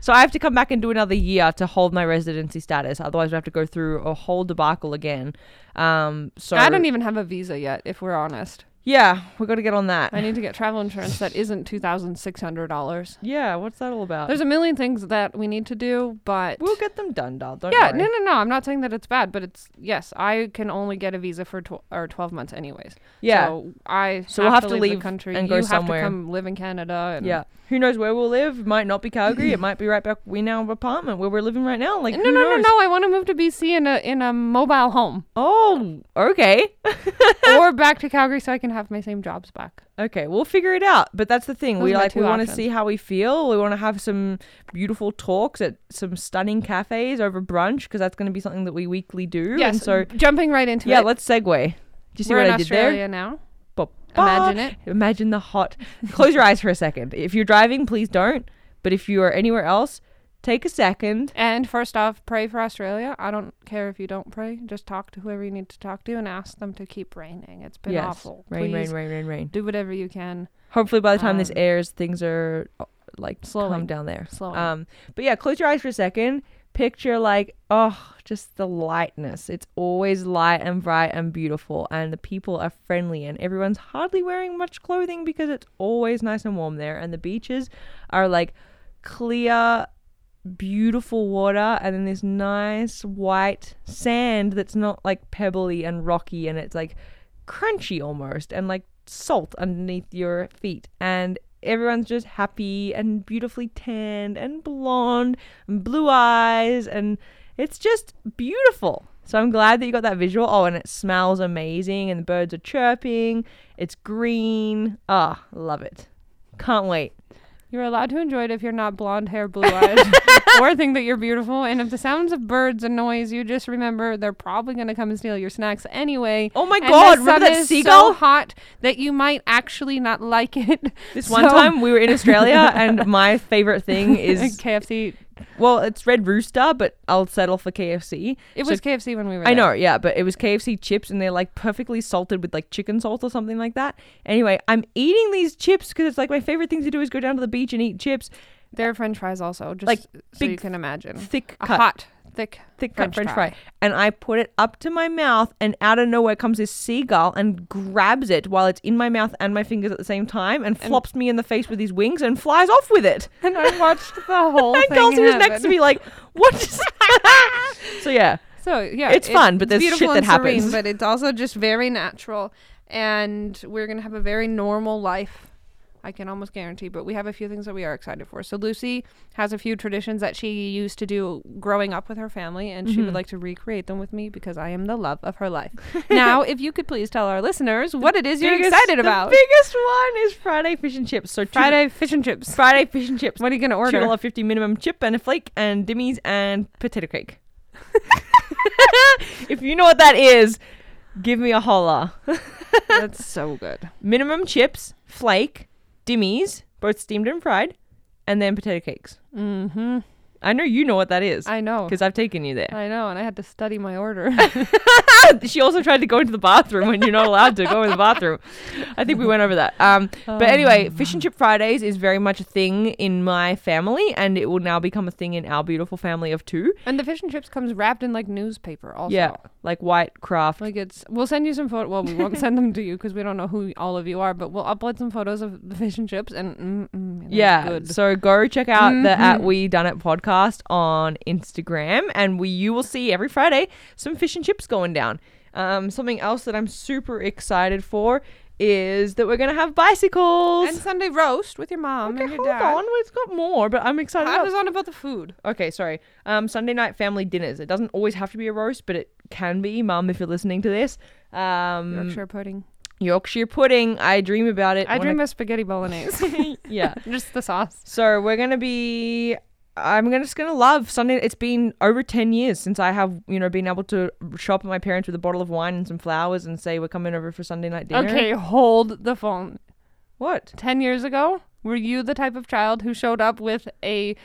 so I have to come back and do another year to hold my residency status. Otherwise, we have to go through a whole debacle again. Um, so
I don't e-, even have a visa yet, if we're honest.
Yeah, we got to get on that.
I need to get travel insurance that isn't two thousand six hundred dollars.
yeah, what's that all about?
There's a million things that we need to do, but
we'll get them done, doll. Don't
yeah,
worry.
no, no, no. I'm not saying that it's bad, but it's yes, I can only get a visa for tw- or twelve months, anyways.
Yeah.
so I
So
have
we'll
to leave the country
and
you
go
have
somewhere.
to come live in Canada. And
yeah. Who knows where we'll live? Might not be Calgary. it might be right back in our apartment where we're living right now. Like
no, no,
who
no,
knows?
no. I want to move to BC in a in a mobile home
Oh, okay.
or back to Calgary so I can have my same jobs back.
Okay, we'll figure it out. But that's the thing.
Those
we
are my
like we
two
want to
options.
see how we feel. We want to have some beautiful talks at some stunning cafes over brunch because that's going to be something that we weekly do.
Yes,
And so
jumping right into
yeah,
it.
let's segue. Do you see
We're
what
in
I did
Australia
there?
now.
Ba- ba.
Imagine it.
Imagine the hot. Close your eyes for a second. If you're driving, please don't. But if you are anywhere else, take a second.
And first off, pray for Australia. I don't care if you don't pray. Just talk to whoever you need to talk to and ask them to keep raining. It's been
yes.
awful.
Rain,
Please
rain, rain, rain, rain.
do whatever you can.
Hopefully, by the time this
Um,
airs, things are uh, like
slowing.
calm down there.
Slowing.
Um, but yeah, close your eyes for a second. Picture like oh, just the lightness. It's always light and bright and beautiful, and the people are friendly, and everyone's hardly wearing much clothing because it's always nice and warm there, and the beaches are like clear. Beautiful water, and then this nice white sand that's not like pebbly and rocky, and it's like crunchy almost and like salt underneath your feet and everyone's just happy and beautifully tanned and blonde and blue eyes and it's just beautiful so i'm glad that you got that visual oh and it smells amazing and the birds are chirping it's green ah love it can't wait
You're allowed to enjoy it if you're not blonde hair, blue eyes, or think that you're beautiful. And if the sounds of birds annoys you, just remember they're probably going to come and steal your snacks anyway.
oh my
And the
god remember
sun
that
is
seagull
so hot that you might actually not like it.
this one time we were in australia and my favorite thing is
KFC.
well it's red rooster but i'll settle for kfc
It
So
was KFC when we were.
I
there.
know, yeah, but it was KFC chips and they're like perfectly salted with like chicken salt or something like that. Anyway, I'm eating these chips because it's like my favorite thing to do is go down to the beach and eat chips.
They're French fries also, just
Like,
so
big
you can imagine.
Thick
A
cut,
hot, thick
thick cut
French
French fry. And I put it up to my mouth and out of nowhere comes this seagull and grabs it while it's in my mouth and my fingers at the same time and, flops me in the face with his wings and flies off with it.
and I watched the whole
And
thing.
Kelsey was next to
happen.
me like, what? Just- so yeah,
So yeah,
It's fun, but there's shit
beautiful
that
and serene,
happens.
But it's also just very natural, and we're gonna have a very normal life. I can almost guarantee, but we have a few things that we are excited for. So Lucy has a few traditions that she used to do growing up with her family, and
Mm-hmm.
she would like to recreate them with me because I am the love of her life. now, if you could please tell our listeners what it is you're
biggest-
excited
the
about.
biggest one is Friday fish and chips. So two-
Friday fish and chips.
Friday fish and chips.
What are you gonna
Two
order?
dollar fifty minimum chip and a flake and dimmies and potato cake. if you know what that is, give me a holler.
That's so good.
Minimum chips, flake, dimmies, both steamed and fried, and then potato cakes.
Mm-hmm.
I know you know what that is
I know.
because I've taken you there.
I know, and I had to study my order.
she also tried to go into the bathroom when you're not allowed to go in the bathroom. I think we went over that. Um, but anyway, fish and chip Fridays is very much a thing in my family, and it will now become a thing in our beautiful family of two.
and the fish and chips comes wrapped in like newspaper also.
Yeah, like white craft.
Like it's, we'll send you some photo. Well, we won't send them to you because we don't know who all of you are, but we'll upload some photos of the fish and chips and mm, mm, they're
yeah.
good. Mm-hmm.
So go check out the at we done it podcast on Instagram, and we you will see every Friday some fish and chips going down. Um, something else that I'm super excited for is that we're gonna have bicycles.
and Sunday roast with your mom
Okay,
and your
hold
dad.
on. It's got more, but I'm excited.
I
about-
was on about the food.
okay, sorry. Um, Sunday night family dinners. It doesn't always have to be a roast, but it can be. Mum, if you're listening to this, um, Yorkshire,
Yorkshire pudding.
pudding. I dream about it.
I
Wanna-
dream of spaghetti bolognese.
yeah.
Just the sauce.
So we're gonna be. I'm gonna, just gonna love Sunday. It's been over ten years since I have you know been able to shop at my parents with a bottle of wine and some flowers and say we're coming over for Sunday night dinner.
Okay, hold the phone.
What?
10 years ago, were you the type of child who showed up with a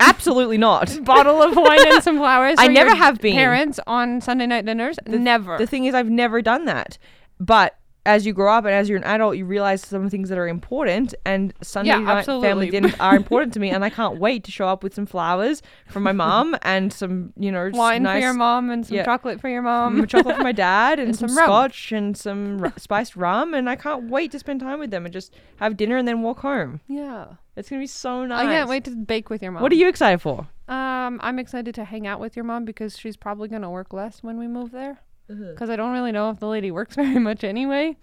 Absolutely not.
bottle of wine and some flowers?
I
for
never
your
have been.
Parents on Sunday night dinners? never.
The thing is, I've never done that. But as you grow up and as you're an adult, you realize some things that are important, and Sunday
Yeah,
night
absolutely.
family dinners are important to me, and I can't wait to show up with some flowers from my mom and some, you know, s-
Wine
nice
for your mom and some
yeah.
chocolate for your
m-
mom.
chocolate for my dad, and,
And
some,
some rum.
scotch and some r- spiced rum, and I can't wait to spend time with them and just have dinner and then walk home.
Yeah.
It's gonna be so nice.
I can't wait to bake with your mom.
What are you excited for?
Um, I'm excited to hang out with your mom because she's probably going to work less when we move there. Because I don't really know if the lady works very much anyway.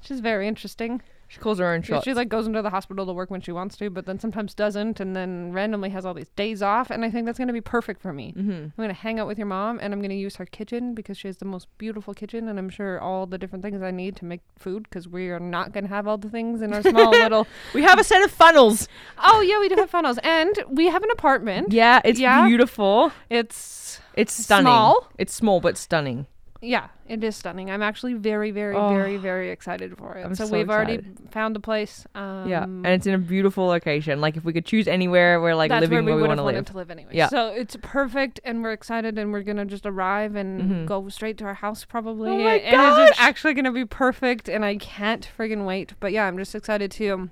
she's very interesting.
She calls her own
She,
shot.
she like goes into the hospital to work when she wants to, but then sometimes doesn't, and then randomly has all these days off. And I think that's gonna be perfect for me.
Mm-hmm.
I'm gonna hang out with your mom, and I'm gonna use her kitchen because she has the most beautiful kitchen, and I'm sure all the different things I need to make food because we are not gonna have all the things in our small little.
We have a set of funnels.
Oh yeah, we do have funnels, and we have an apartment.
Yeah, it's
Yeah.
beautiful.
It's
It's stunning.
Small?
It's small but stunning.
yeah, it is stunning. I'm actually very, very,
Oh,
very, very excited for it.
I'm
so,
so
we've already found the place. Um,
yeah, and it's in a beautiful location. Like if we could choose anywhere, we're like
that's
living
where
where
we,
we,
would
want
have wanted
to live.
to live anyway.
Yeah.
So it's perfect, and we're excited, and we're gonna just arrive and
Mhm.
go straight to our house probably.
Oh my
and it's
gosh!
just actually gonna be perfect, and I can't friggin' wait. But yeah, I'm just excited to. um,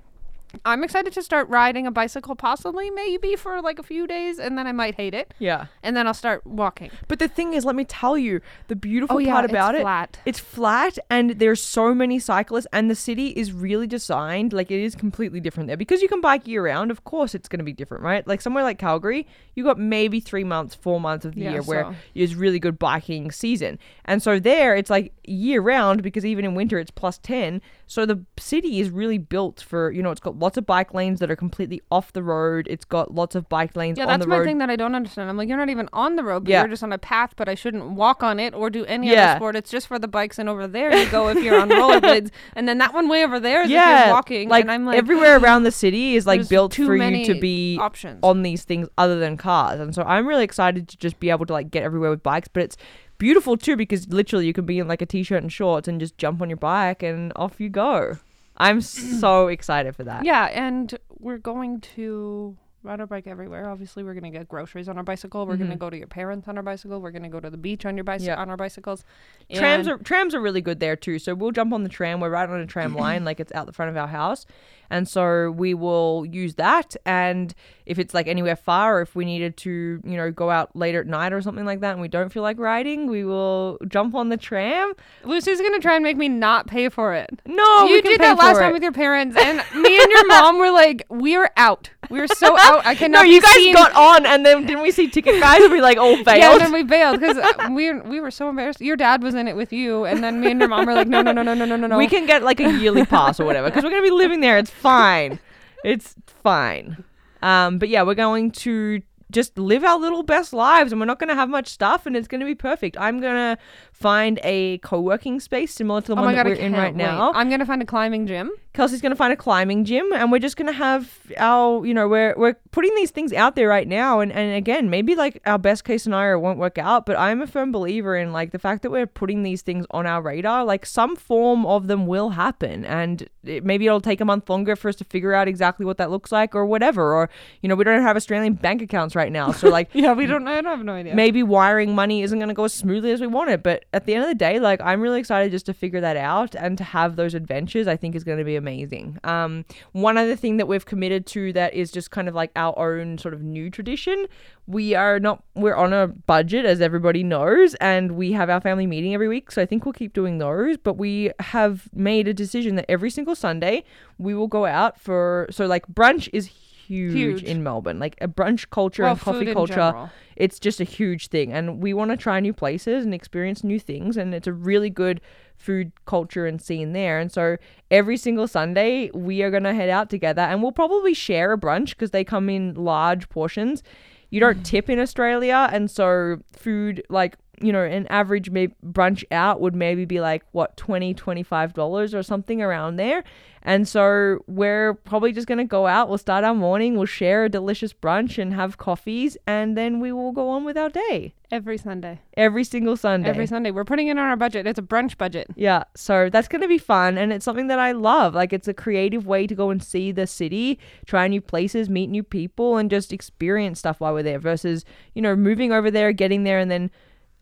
I'm excited to start riding a bicycle, possibly maybe for like a few days, and then I might hate it,
Yeah.
and then I'll start walking.
But the thing is, let me tell you, the beautiful
Oh yeah,
part about
it's
it,
flat.
it's flat, and there's so many cyclists, and the city is really designed like it is completely different there because you can bike year round. Of course, it's going to be different, right? Like somewhere like Calgary, you got maybe three months, four months of the
Yeah,
year where
so-
is really good biking season, and so there it's like year round because even in winter it's plus ten. So the city is really built for you know it's got lots of bike lanes that are completely off the road. It's got lots of bike lanes
Yeah,
on
that's
the
my
road.
thing that I don't understand. I'm like, you're not even on the road, but
Yeah.
you're just on a path, but I shouldn't walk on it or do any
Yeah.
other sport. It's just for the bikes, and over there you go if you're on rollerblades, and then that one way over there is if
yeah,
you're walking.
Like,
and I'm like,
everywhere around the city is like
there's
built
too
for you
many
to be
options.
on these things other than cars, and so I'm really excited to just be able to like get everywhere with bikes. But it's beautiful too because literally you can be in like a t-shirt and shorts and just jump on your bike and off you go. I'm so excited for that.
yeah, and we're going to ride our bike everywhere. Obviously, we're gonna get groceries on our bicycle. We're gonna go to your parents on our bicycle. We're gonna go to the beach on your bicycle
Mm-hmm. Yeah.
on our bicycles.
Trams
And-
are trams are really good there too. So we'll jump on the tram. We're right on a tram line, like it's out the front of our house, and so we will use that. And if it's like anywhere far, or if we needed to, you know, go out later at night or something like that, and we don't feel like riding, we will jump on the tram.
Lucy's gonna try and make me not pay for it.
No,
you
we can
did
pay
that
for
last time
it.
with your parents, and me and your mom were like, "We're out. We're so out. I cannot."
no, you
be
guys
seen."
got on, and then didn't we see ticket guys? And we like all failed.
Yeah, and then we bailed because we we were so embarrassed. Your dad was in it with you, and then me and your mom were like, "No, no, no, no, no, no, no, no."
We can get like a yearly pass or whatever because we're gonna be living there. It's fine. It's fine. Um, but yeah, we're going to just live our little best lives and we're not going to have much stuff and it's going to be perfect. I'm going to find a co-working space similar to the
Oh
one
my
that
god, I
we're in
can't
right
wait.
now.
I'm gonna find a climbing gym.
Kelsey's going to find a climbing gym and we're just going to have our, you know, we're, we're putting these things out there right now. And, and again, maybe like our best case scenario won't work out, but I'm a firm believer in like the fact that we're putting these things on our radar, like some form of them will happen. And it, maybe it'll take a month longer for us to figure out exactly what that looks like or whatever. Or, you know, we don't have Australian bank accounts right now. So like
Yeah, we don't. I don't have no idea.
maybe wiring money isn't going to go as smoothly as we want it. But at the end of the day, like I'm really excited just to figure that out and to have those adventures. I think is going to be amazing. Um, one other thing that we've committed to that is just kind of like our own sort of new tradition. We are not we're on a budget as everybody knows, and we have our family meeting every week. So I think we'll keep doing those. But we have made a decision that every single Sunday we will go out for so like brunch is. Huge,
Huge.
in Melbourne, like a brunch culture
Well,
and
food
coffee
in
culture
general.
it's just a huge thing and we want to try new places and experience new things and it's a really good food culture and scene there and so every single sunday we are going to head out together and we'll probably share a brunch because they come in large portions you don't tip in australia and so food like you know an average may- brunch out would maybe be like what 20 25 dollars or something around there and so we're probably just going to go out. We'll start our morning. We'll share a delicious brunch and have coffees. And then we will go on with our day
every Sunday.
every single Sunday.
Every Sunday, we're putting it on our budget. It's a brunch budget.
yeah. So that's going to be fun. And it's something that I love. Like, it's a creative way to go and see the city, try new places, meet new people, and just experience stuff while we're there versus, you know, moving over there, getting there, and then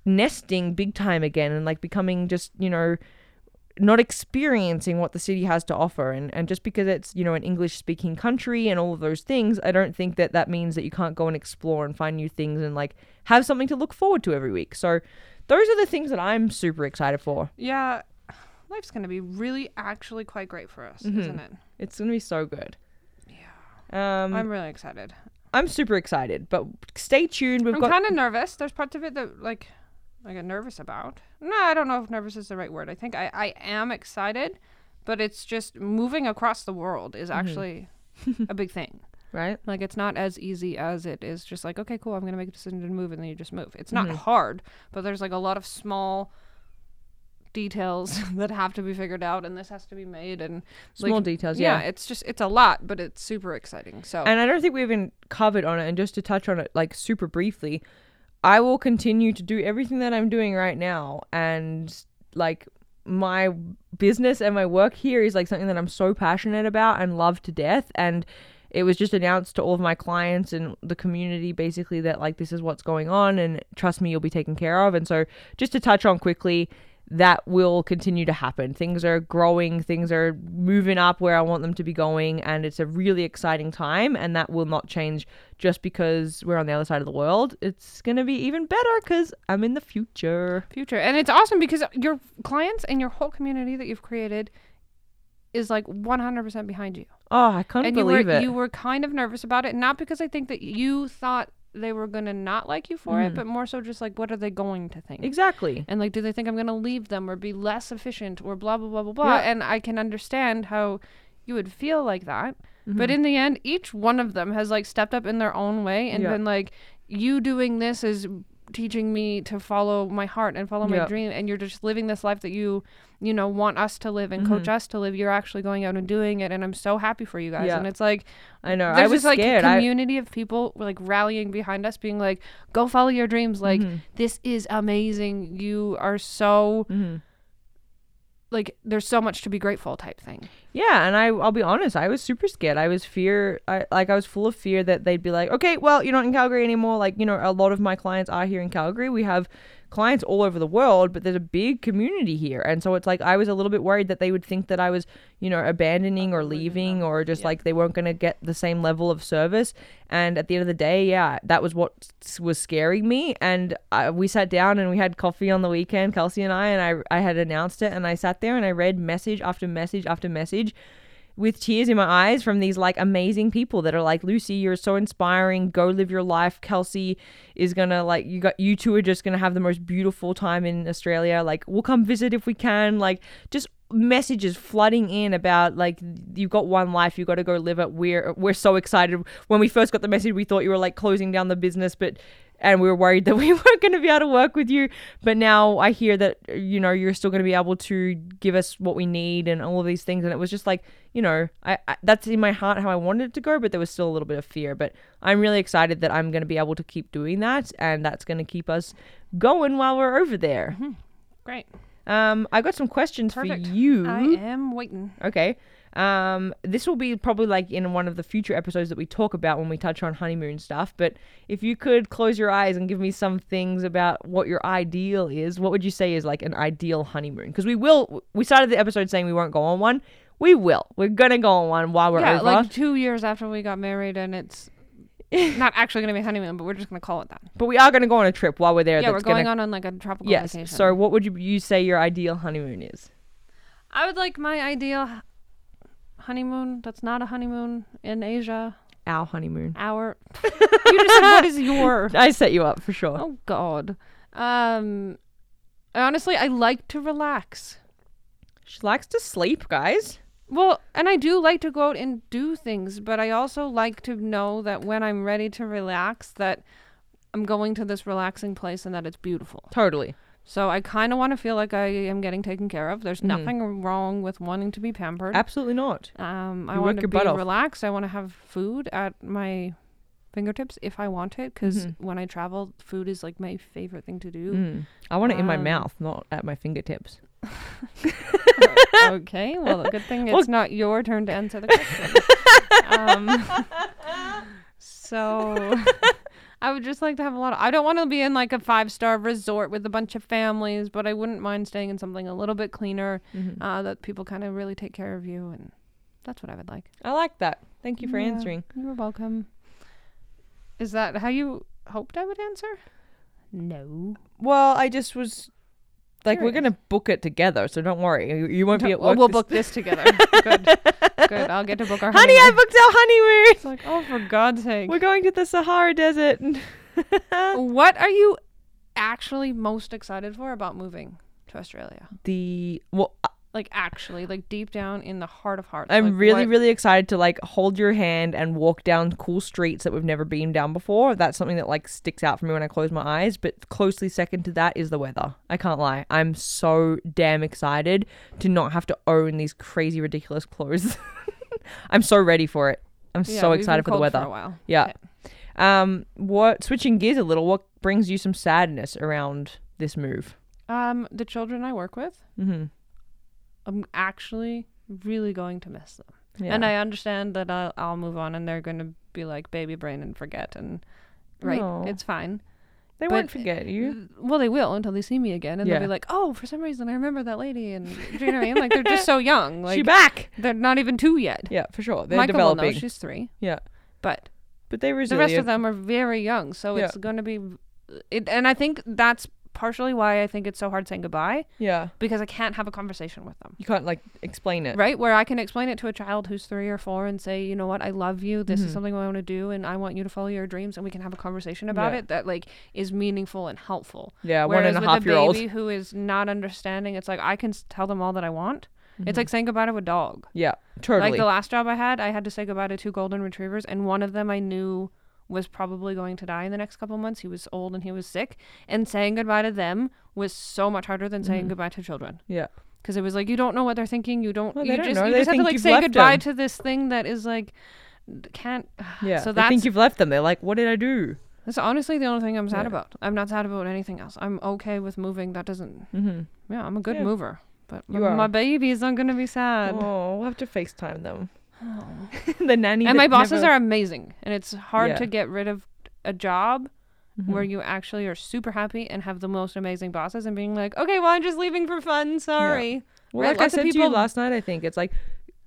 nesting big time again and like becoming just, you know, not experiencing what the city has to offer and, and just because it's you know an english speaking country and all of those things i don't think that that means that you can't go and explore and find new things and like have something to look forward to every week so those are the things that i'm super excited for
Yeah, life's gonna be really, actually, quite great for us, isn't it?
it's gonna be so good yeah um i'm,
I'm really excited.
super excited but stay tuned we've
I'm
got
kind of nervous. There's parts of it that like I get nervous about. No, I don't know if nervous is the right word. I think I I am excited, but it's just moving across the world
Mm-hmm.
is actually a big thing.
right
Like it's not as easy as it is just like okay, cool, I'm going to make a decision to move and then you just move. It's
Mm-hmm.
not hard, but there's like a lot of small details that have to be figured out and this has to be made and like,
small details yeah,
it's just it's a lot, but it's super exciting. So
And I don't think we even covered on it. And just to touch on it, like super briefly, I will continue to do everything that I'm doing right now. And like my business and my work here is like something that I'm so passionate about and love to death. And it was just announced to all of my clients and the community basically that like this is what's going on and trust me, you'll be taken care of. And so just to touch on quickly, that will continue to happen. Things are growing, things are moving up where I want them to be going, and it's a really exciting time. And that will not change just because we're on the other side of the world. It's going to be even better because I'm in the future.
future. And it's awesome because your clients and your whole community that you've created is like 100% behind you.
Oh, I can't
and you were
believe it.
you were kind of nervous about it, not because I think that you thought they were going to not like you for
Mm.
it, but more so just like what are they going to think?
exactly.
And like do they think I'm going to leave them or be less efficient or blah blah blah blah blah.
Yeah.
And I can understand how you would feel like that.
Mm-hmm.
But in the end, each one of them has like stepped up in their own way and
Yeah.
been like you doing this is teaching me to follow my heart and follow my
Yeah.
dream and you're just living this life that you you know want us to live and
Mm-hmm.
coach us to live you're actually going out and doing it and i'm so happy for you guys
Yeah.
and it's like
I know. I
there's
was
this like
scared. I-
community of people like rallying behind us being like go follow your dreams like
Mm-hmm.
this is amazing you are so
Mhm.
like there's so much to be grateful type thing
Yeah, and I I'll be honest, I was super scared. I was fear I like I was full of fear that they'd be like, "Okay, well, you're not in Calgary anymore." Like, you know, a lot of my clients are here in Calgary. We have clients all over the world, but there's a big community here. And so it's like I was a little bit worried that they would think that I was, you know, abandoning or leaving or just like they weren't going to get the same level of service. And at the end of the day, yeah, that was what s- was scaring me. And I, we sat down and we had coffee on the weekend, Kelsey and I, and I, I had announced it. And I sat there and I read message after message after message with tears in my eyes from these like amazing people that are like Lucy, you're so inspiring. Go live your life. Kelsey is gonna like you got you two are just gonna have the most beautiful time in Australia. Like we'll come visit if we can. Like just messages flooding in about like you've got one life, you got to go live it. We're we're so excited. When we first got the message, we thought you were like closing down the business, but and we were worried that we weren't going to be able to work with you. But now I hear that you know you're still going to be able to give us what we need and all of these things. And it was just like you know I, I that's in my heart how I wanted it to go, but there was still a little bit of fear. But I'm really excited that I'm going to be able to keep doing that, and that's going to keep us going while we're over there.
Great.
Um, I got some questions
Mm-hmm. Perfect.
for you.
I am waiting.
Okay. Um, this will be probably like in one of the future episodes that we talk about when we touch on honeymoon stuff. But if you could close your eyes and give me some things about what your ideal is, what would you say is like an ideal honeymoon? Because we will. We started the episode saying we weren't going on one. We will. We're gonna go on one while we're
yeah,
over.
like two years after we got married, and it's not actually going to be honeymoon, but we're just going to call it that.
but we are gonna go on a trip while we're there.
yeah, we're
that's
going
gonna,
on on like a tropical
Yes.
vacation.
So what would you you say your ideal honeymoon is?
I would like my ideal h- honeymoon. That's not a honeymoon in Asia.
Our honeymoon.
Our you just said what is your?
I set you up for sure.
Oh God. Um, honestly, I like to relax.
She likes to sleep, guys.
Well, and I do like to go out and do things, but I also like to know that when I'm ready to relax, that I'm going to this relaxing place and that it's beautiful.
Totally.
So I kind of want to feel like I am getting taken care of.
Mm-hmm.
There's nothing wrong with wanting to be pampered.
Absolutely not.
Um, I
You
want
work
to
your
be
butt off.
relaxed. I want to have food at my fingertips if I want it, because when I travel, food is like my favorite thing to do.
Mm-hmm. Mm. I want it in my
Um,
mouth, not at my fingertips.
okay, well, good thing it's
Well-
not your turn to answer the question. um, so I would just like to have a lot of. I don't want to be in like a five star resort with a bunch of families, but I wouldn't mind staying in something a little bit cleaner uh, that people kind of really take care of you, and that's what I would like.
I like that. Thank you for
Yeah,
answering.
You're welcome. Is that how you hoped I would answer? No.
Well, I just was like, we're
Curious.
gonna book it together, so don't worry. You, you won't be at work.
we'll
this-
book this together. Good. Good. I'll get to book our
Honey, I
honeymoon.
booked our honeymoon.
It's like, oh, for God's sake.
We're going to the Sahara Desert.
What are you actually most excited for about moving to Australia?
the well,
Like actually, like deep down in the heart of hearts.
I'm
like,
really,
what-
really excited to like hold your hand and walk down cool streets that we've never been down before. That's something that like sticks out for me when I close my eyes. But closely second to that is the weather. I can't lie. I'm so damn excited to not have to own these crazy, ridiculous clothes. I'm so ready for it. I'm
Yeah,
so
we've been
excited for the
cold
weather.
For a while.
Yeah. Um. What? Switching gears a little. What brings you some sadness around this move?
Um, the children I work with,
Mm-hmm.
I'm actually really going to miss them.
Yeah.
And I understand that I'll, I'll move on, and they're going to be like baby brain and forget, and right,
No.
it's fine.
they
but-
won't forget you.
Well, they will until they see me again, and
Yeah.
they'll be like, "Oh, for some reason, I remember that lady." And do you know what I mean? Like they're just so young,
she
like
back.
they're not even two yet.
Yeah, for sure. They're
Michael will know,
developing.
she's three,
yeah.
but
But they
the
resilient.
rest of them are very young, so
Yeah.
it's going to be. It, and I think that's partially why I think it's so hard saying goodbye
Yeah,
because I can't have a conversation with them.
you can't like explain it.
right? Where I can explain it to a child who's three or four and say, you know what, I love you. This
Mm-hmm.
is something I want to do, and I want you to follow your dreams, and we can have a conversation about
Yeah.
it that like is meaningful and helpful.
Yeah, one and a
with
half year old.
baby who is not understanding, it's like I can s- tell them all that I want. It's like saying goodbye to a dog.
Yeah, Mm-hmm. totally.
Like the last job I had, I had to say goodbye to two golden retrievers, and one of them I knew was probably going to die in the next couple months. He was old and he was sick, and saying goodbye to them was so much harder than
Mm-hmm.
saying goodbye to children
yeah,
because it was like you don't know what they're thinking. You don't.
Well, they
you
don't
just,
know.
You
They
just have to
think
like
you've
say
left
goodbye
them.
to this thing that is like can't.
yeah.
So
So they
that's-
think you've left them. They're like, "What did I do?"
That's honestly the only thing I'm sad
Yeah.
about. I'm not sad about anything else. I'm okay with moving. That doesn't.
Mm-hmm.
Yeah, I'm a good
Yeah.
mover. But
You
my, my
are.
babies aren't gonna be sad.
Oh, we'll have to Facetime them. the nanny.
Oh. and
that
my bosses
never-
are amazing. And it's hard
Yeah. Mm-hmm.
to get rid of a job where you actually are super happy and have the most amazing bosses and being like, okay, well, I'm just leaving for fun. Sorry.
Well, like I
lots of
said to you
people-
last night, I think it's like,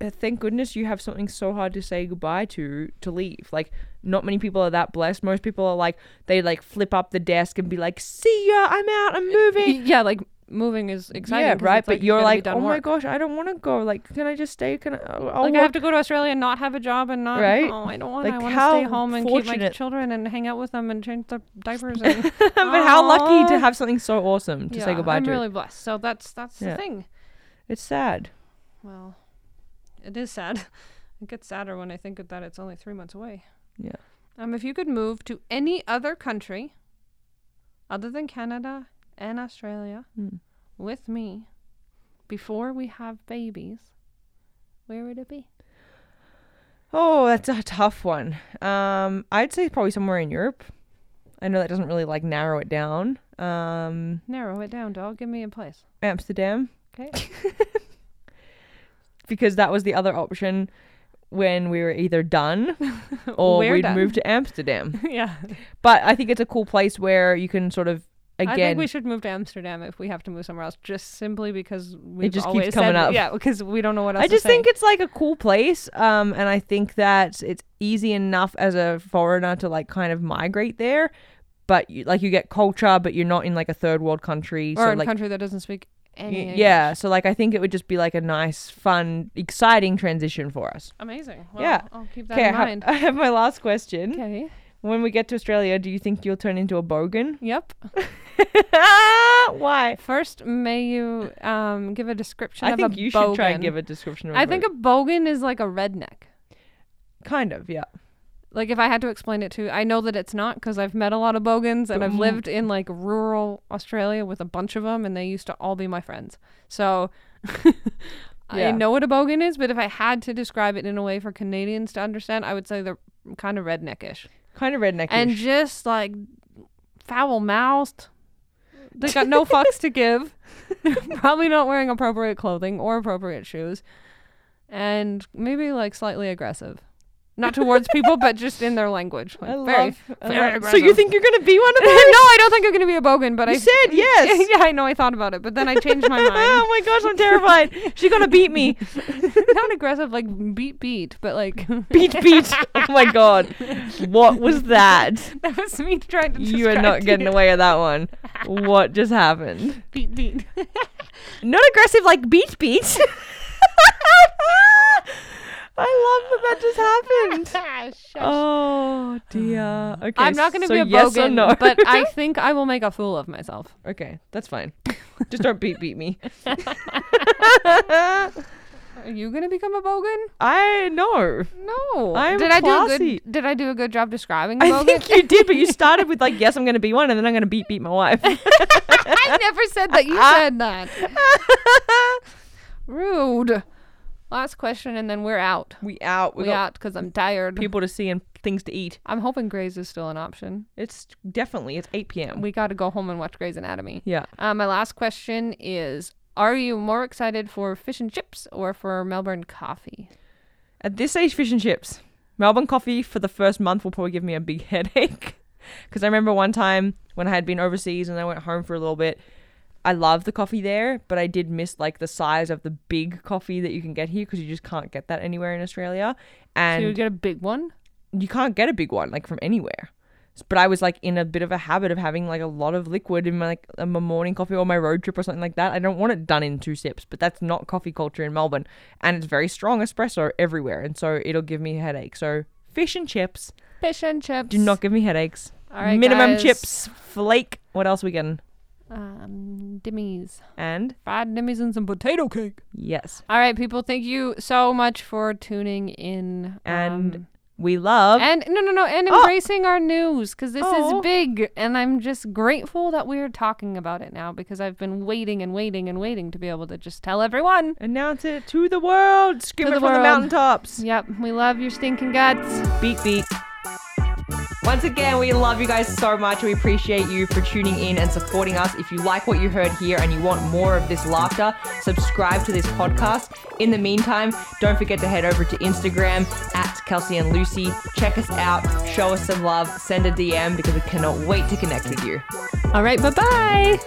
uh, thank goodness you have something so hard to say goodbye to to leave. Like, not many people are that blessed. Most people are like, they like flip up the desk and be like, "See ya, I'm out, I'm moving."
Yeah, like moving is exciting.
yeah,
'cause
right.
it's
But
you
you're
gotta be
like,
done
"Oh my
work."
gosh, I don't want to go. Like, can I just stay? Can I? oh, I'll
like I
work
have to go to Australia and not have a job and not.
Right?
Oh, I don't want.
Like,
I want to
how
stay home and keep my
fortunate-
children and hang out with them and change their diapers. And
but how lucky
Aw.
to have something so awesome to
Yeah,
say goodbye
I'm
to.
really blessed. So that's that's the
Yeah.
thing.
It's sad.
Well, it is sad. It gets sadder when I think that it's only three months away.
Yeah.
Um, if you could move to any other country other than Canada and Australia
Mm.
with me before we have babies, where would it be?
Oh, that's a tough one. Um, I'd say probably somewhere in Europe. I know that doesn't really like narrow it down. Um,
Narrow it down, dog. Give me a place.
Amsterdam,
Okay.
because that was the other option when we were either done or
We're
we'd
done.
move to Amsterdam.
yeah.
But I think it's a cool place where you can sort of again.
I think we should move to Amsterdam if we have to move somewhere else, just simply because we
just keeps
always
coming
said,
up.
Yeah, because we don't know what else.
I
to
just
say.
think it's like a cool place, um, and I think that it's easy enough as a foreigner to like kind of migrate there, but you, like you get culture, but you're not in like a third world country,
or
so
a
like
country that doesn't speak
y-
any.
yeah, so like I think it would just be like a nice, fun, exciting transition for us.
Amazing. Well,
Well, Yeah.
I'll keep that
Okay, uh, hmm? I,
in mind.
ha- I have my last question.
Okay.
When we get to Australia, do you think you'll turn into a bogan?
Yep.
Why?
First, may you um, give a description
I
of
think
a
you
bogan.
should try and give a description. Of
I think a bogan is like a redneck.
kind of, yeah.
Like if I had to explain it to, I know that it's not because I've met a lot of bogans and I've
Mm.
lived in like rural Australia with a bunch of them, and they used to all be my friends. So I
Yeah.
know what a bogan is, but if I had to describe it in a way for Canadians to understand, I would say they're kind of redneckish
Kind of redneck.
and just like foul mouthed. They got no fucks to give. Probably not wearing appropriate clothing or appropriate shoes. And maybe like slightly aggressive. Not towards people, but just in their language. Like,
I
very-
love. I
very
love- so you
aggressive.
think you're gonna be one of
no,
them?
I don't think I'm going to be a bogan, but
You
I
said yes.
yeah, I know I thought about it, but then I changed my
oh
mind.
my gosh, I'm terrified. She's gonna beat me.
not aggressive, like beat beat, but like
Beat, beat. Oh my god, what was that?
that was me trying to.
You are not
describe
getting
to
away with that one. What just happened?
you. beat beat.
Not aggressive like beat, beat. I love that that just happened.
Shush.
Oh dear. Okay.
I'm not going to
so
be a
yes or
bogan,
no?
but I think I will make a fool of myself.
okay, that's fine. Just don't beat beat me.
Are you going to become a bogan?
I know.
No.
I'm
did I do
classy.
a good Did I do a good job describing a
I
bogan?
think you did, but you started with like, "Yes, I'm going to be one," and then I'm going to beat beat my wife.
I never said that. You said that. Rude. Last question, and then we're out.
we out. We,
We
got
out because I'm tired.
people to see and things to eat.
I'm hoping Grey's is still an option.
It's definitely it's 8 p.m.
We got to go home and watch Grey's Anatomy.
yeah.
Uh, my last question is: Are you more excited for fish and chips or for Melbourne coffee?
At this age, fish and chips. Melbourne coffee for the first month will probably give me a big headache. Because I remember one time when I had been overseas and I went home for a little bit. I love the coffee there, but I did miss like the size of the big coffee that you can get here because you just can't get that anywhere in Australia.
So
And
you get a big one.
you can't get a big one like from anywhere. S- But I was like in a bit of a habit of having like a lot of liquid in my like uh, my morning coffee or my road trip or something like that. I don't want it done in two sips, but that's not coffee culture in Melbourne, and it's very strong espresso everywhere, and so it'll give me a headache. So fish and chips
Fish and chips.
do not give me headaches.
All right,
Minimum
guys.
chips, flake. What else we getting?
Um, dimmies,
And
fried dimmies, and some potato cake.
yes,
All right, people. Thank you so much for tuning in.
And
um,
we love.
and no, no, no, and
Oh.
embracing our news because this
Oh.
is big, and I'm just grateful that we're talking about it now because I've been waiting and waiting and waiting to be able to just tell everyone.
Announce it to the world! Scream
To
it
the
from the
world.
mountaintops!
Yep, we love your stinking guts.
beat beat. Once again, we love you guys so much. We appreciate you for tuning in and supporting us. If you like what you heard here and you want more of this laughter, subscribe to this podcast. In the meantime, don't forget to head over to Instagram at Kelsey and Lucy. Check us out, show us some love, send a DM because we cannot wait to connect with you.
All right, bye bye.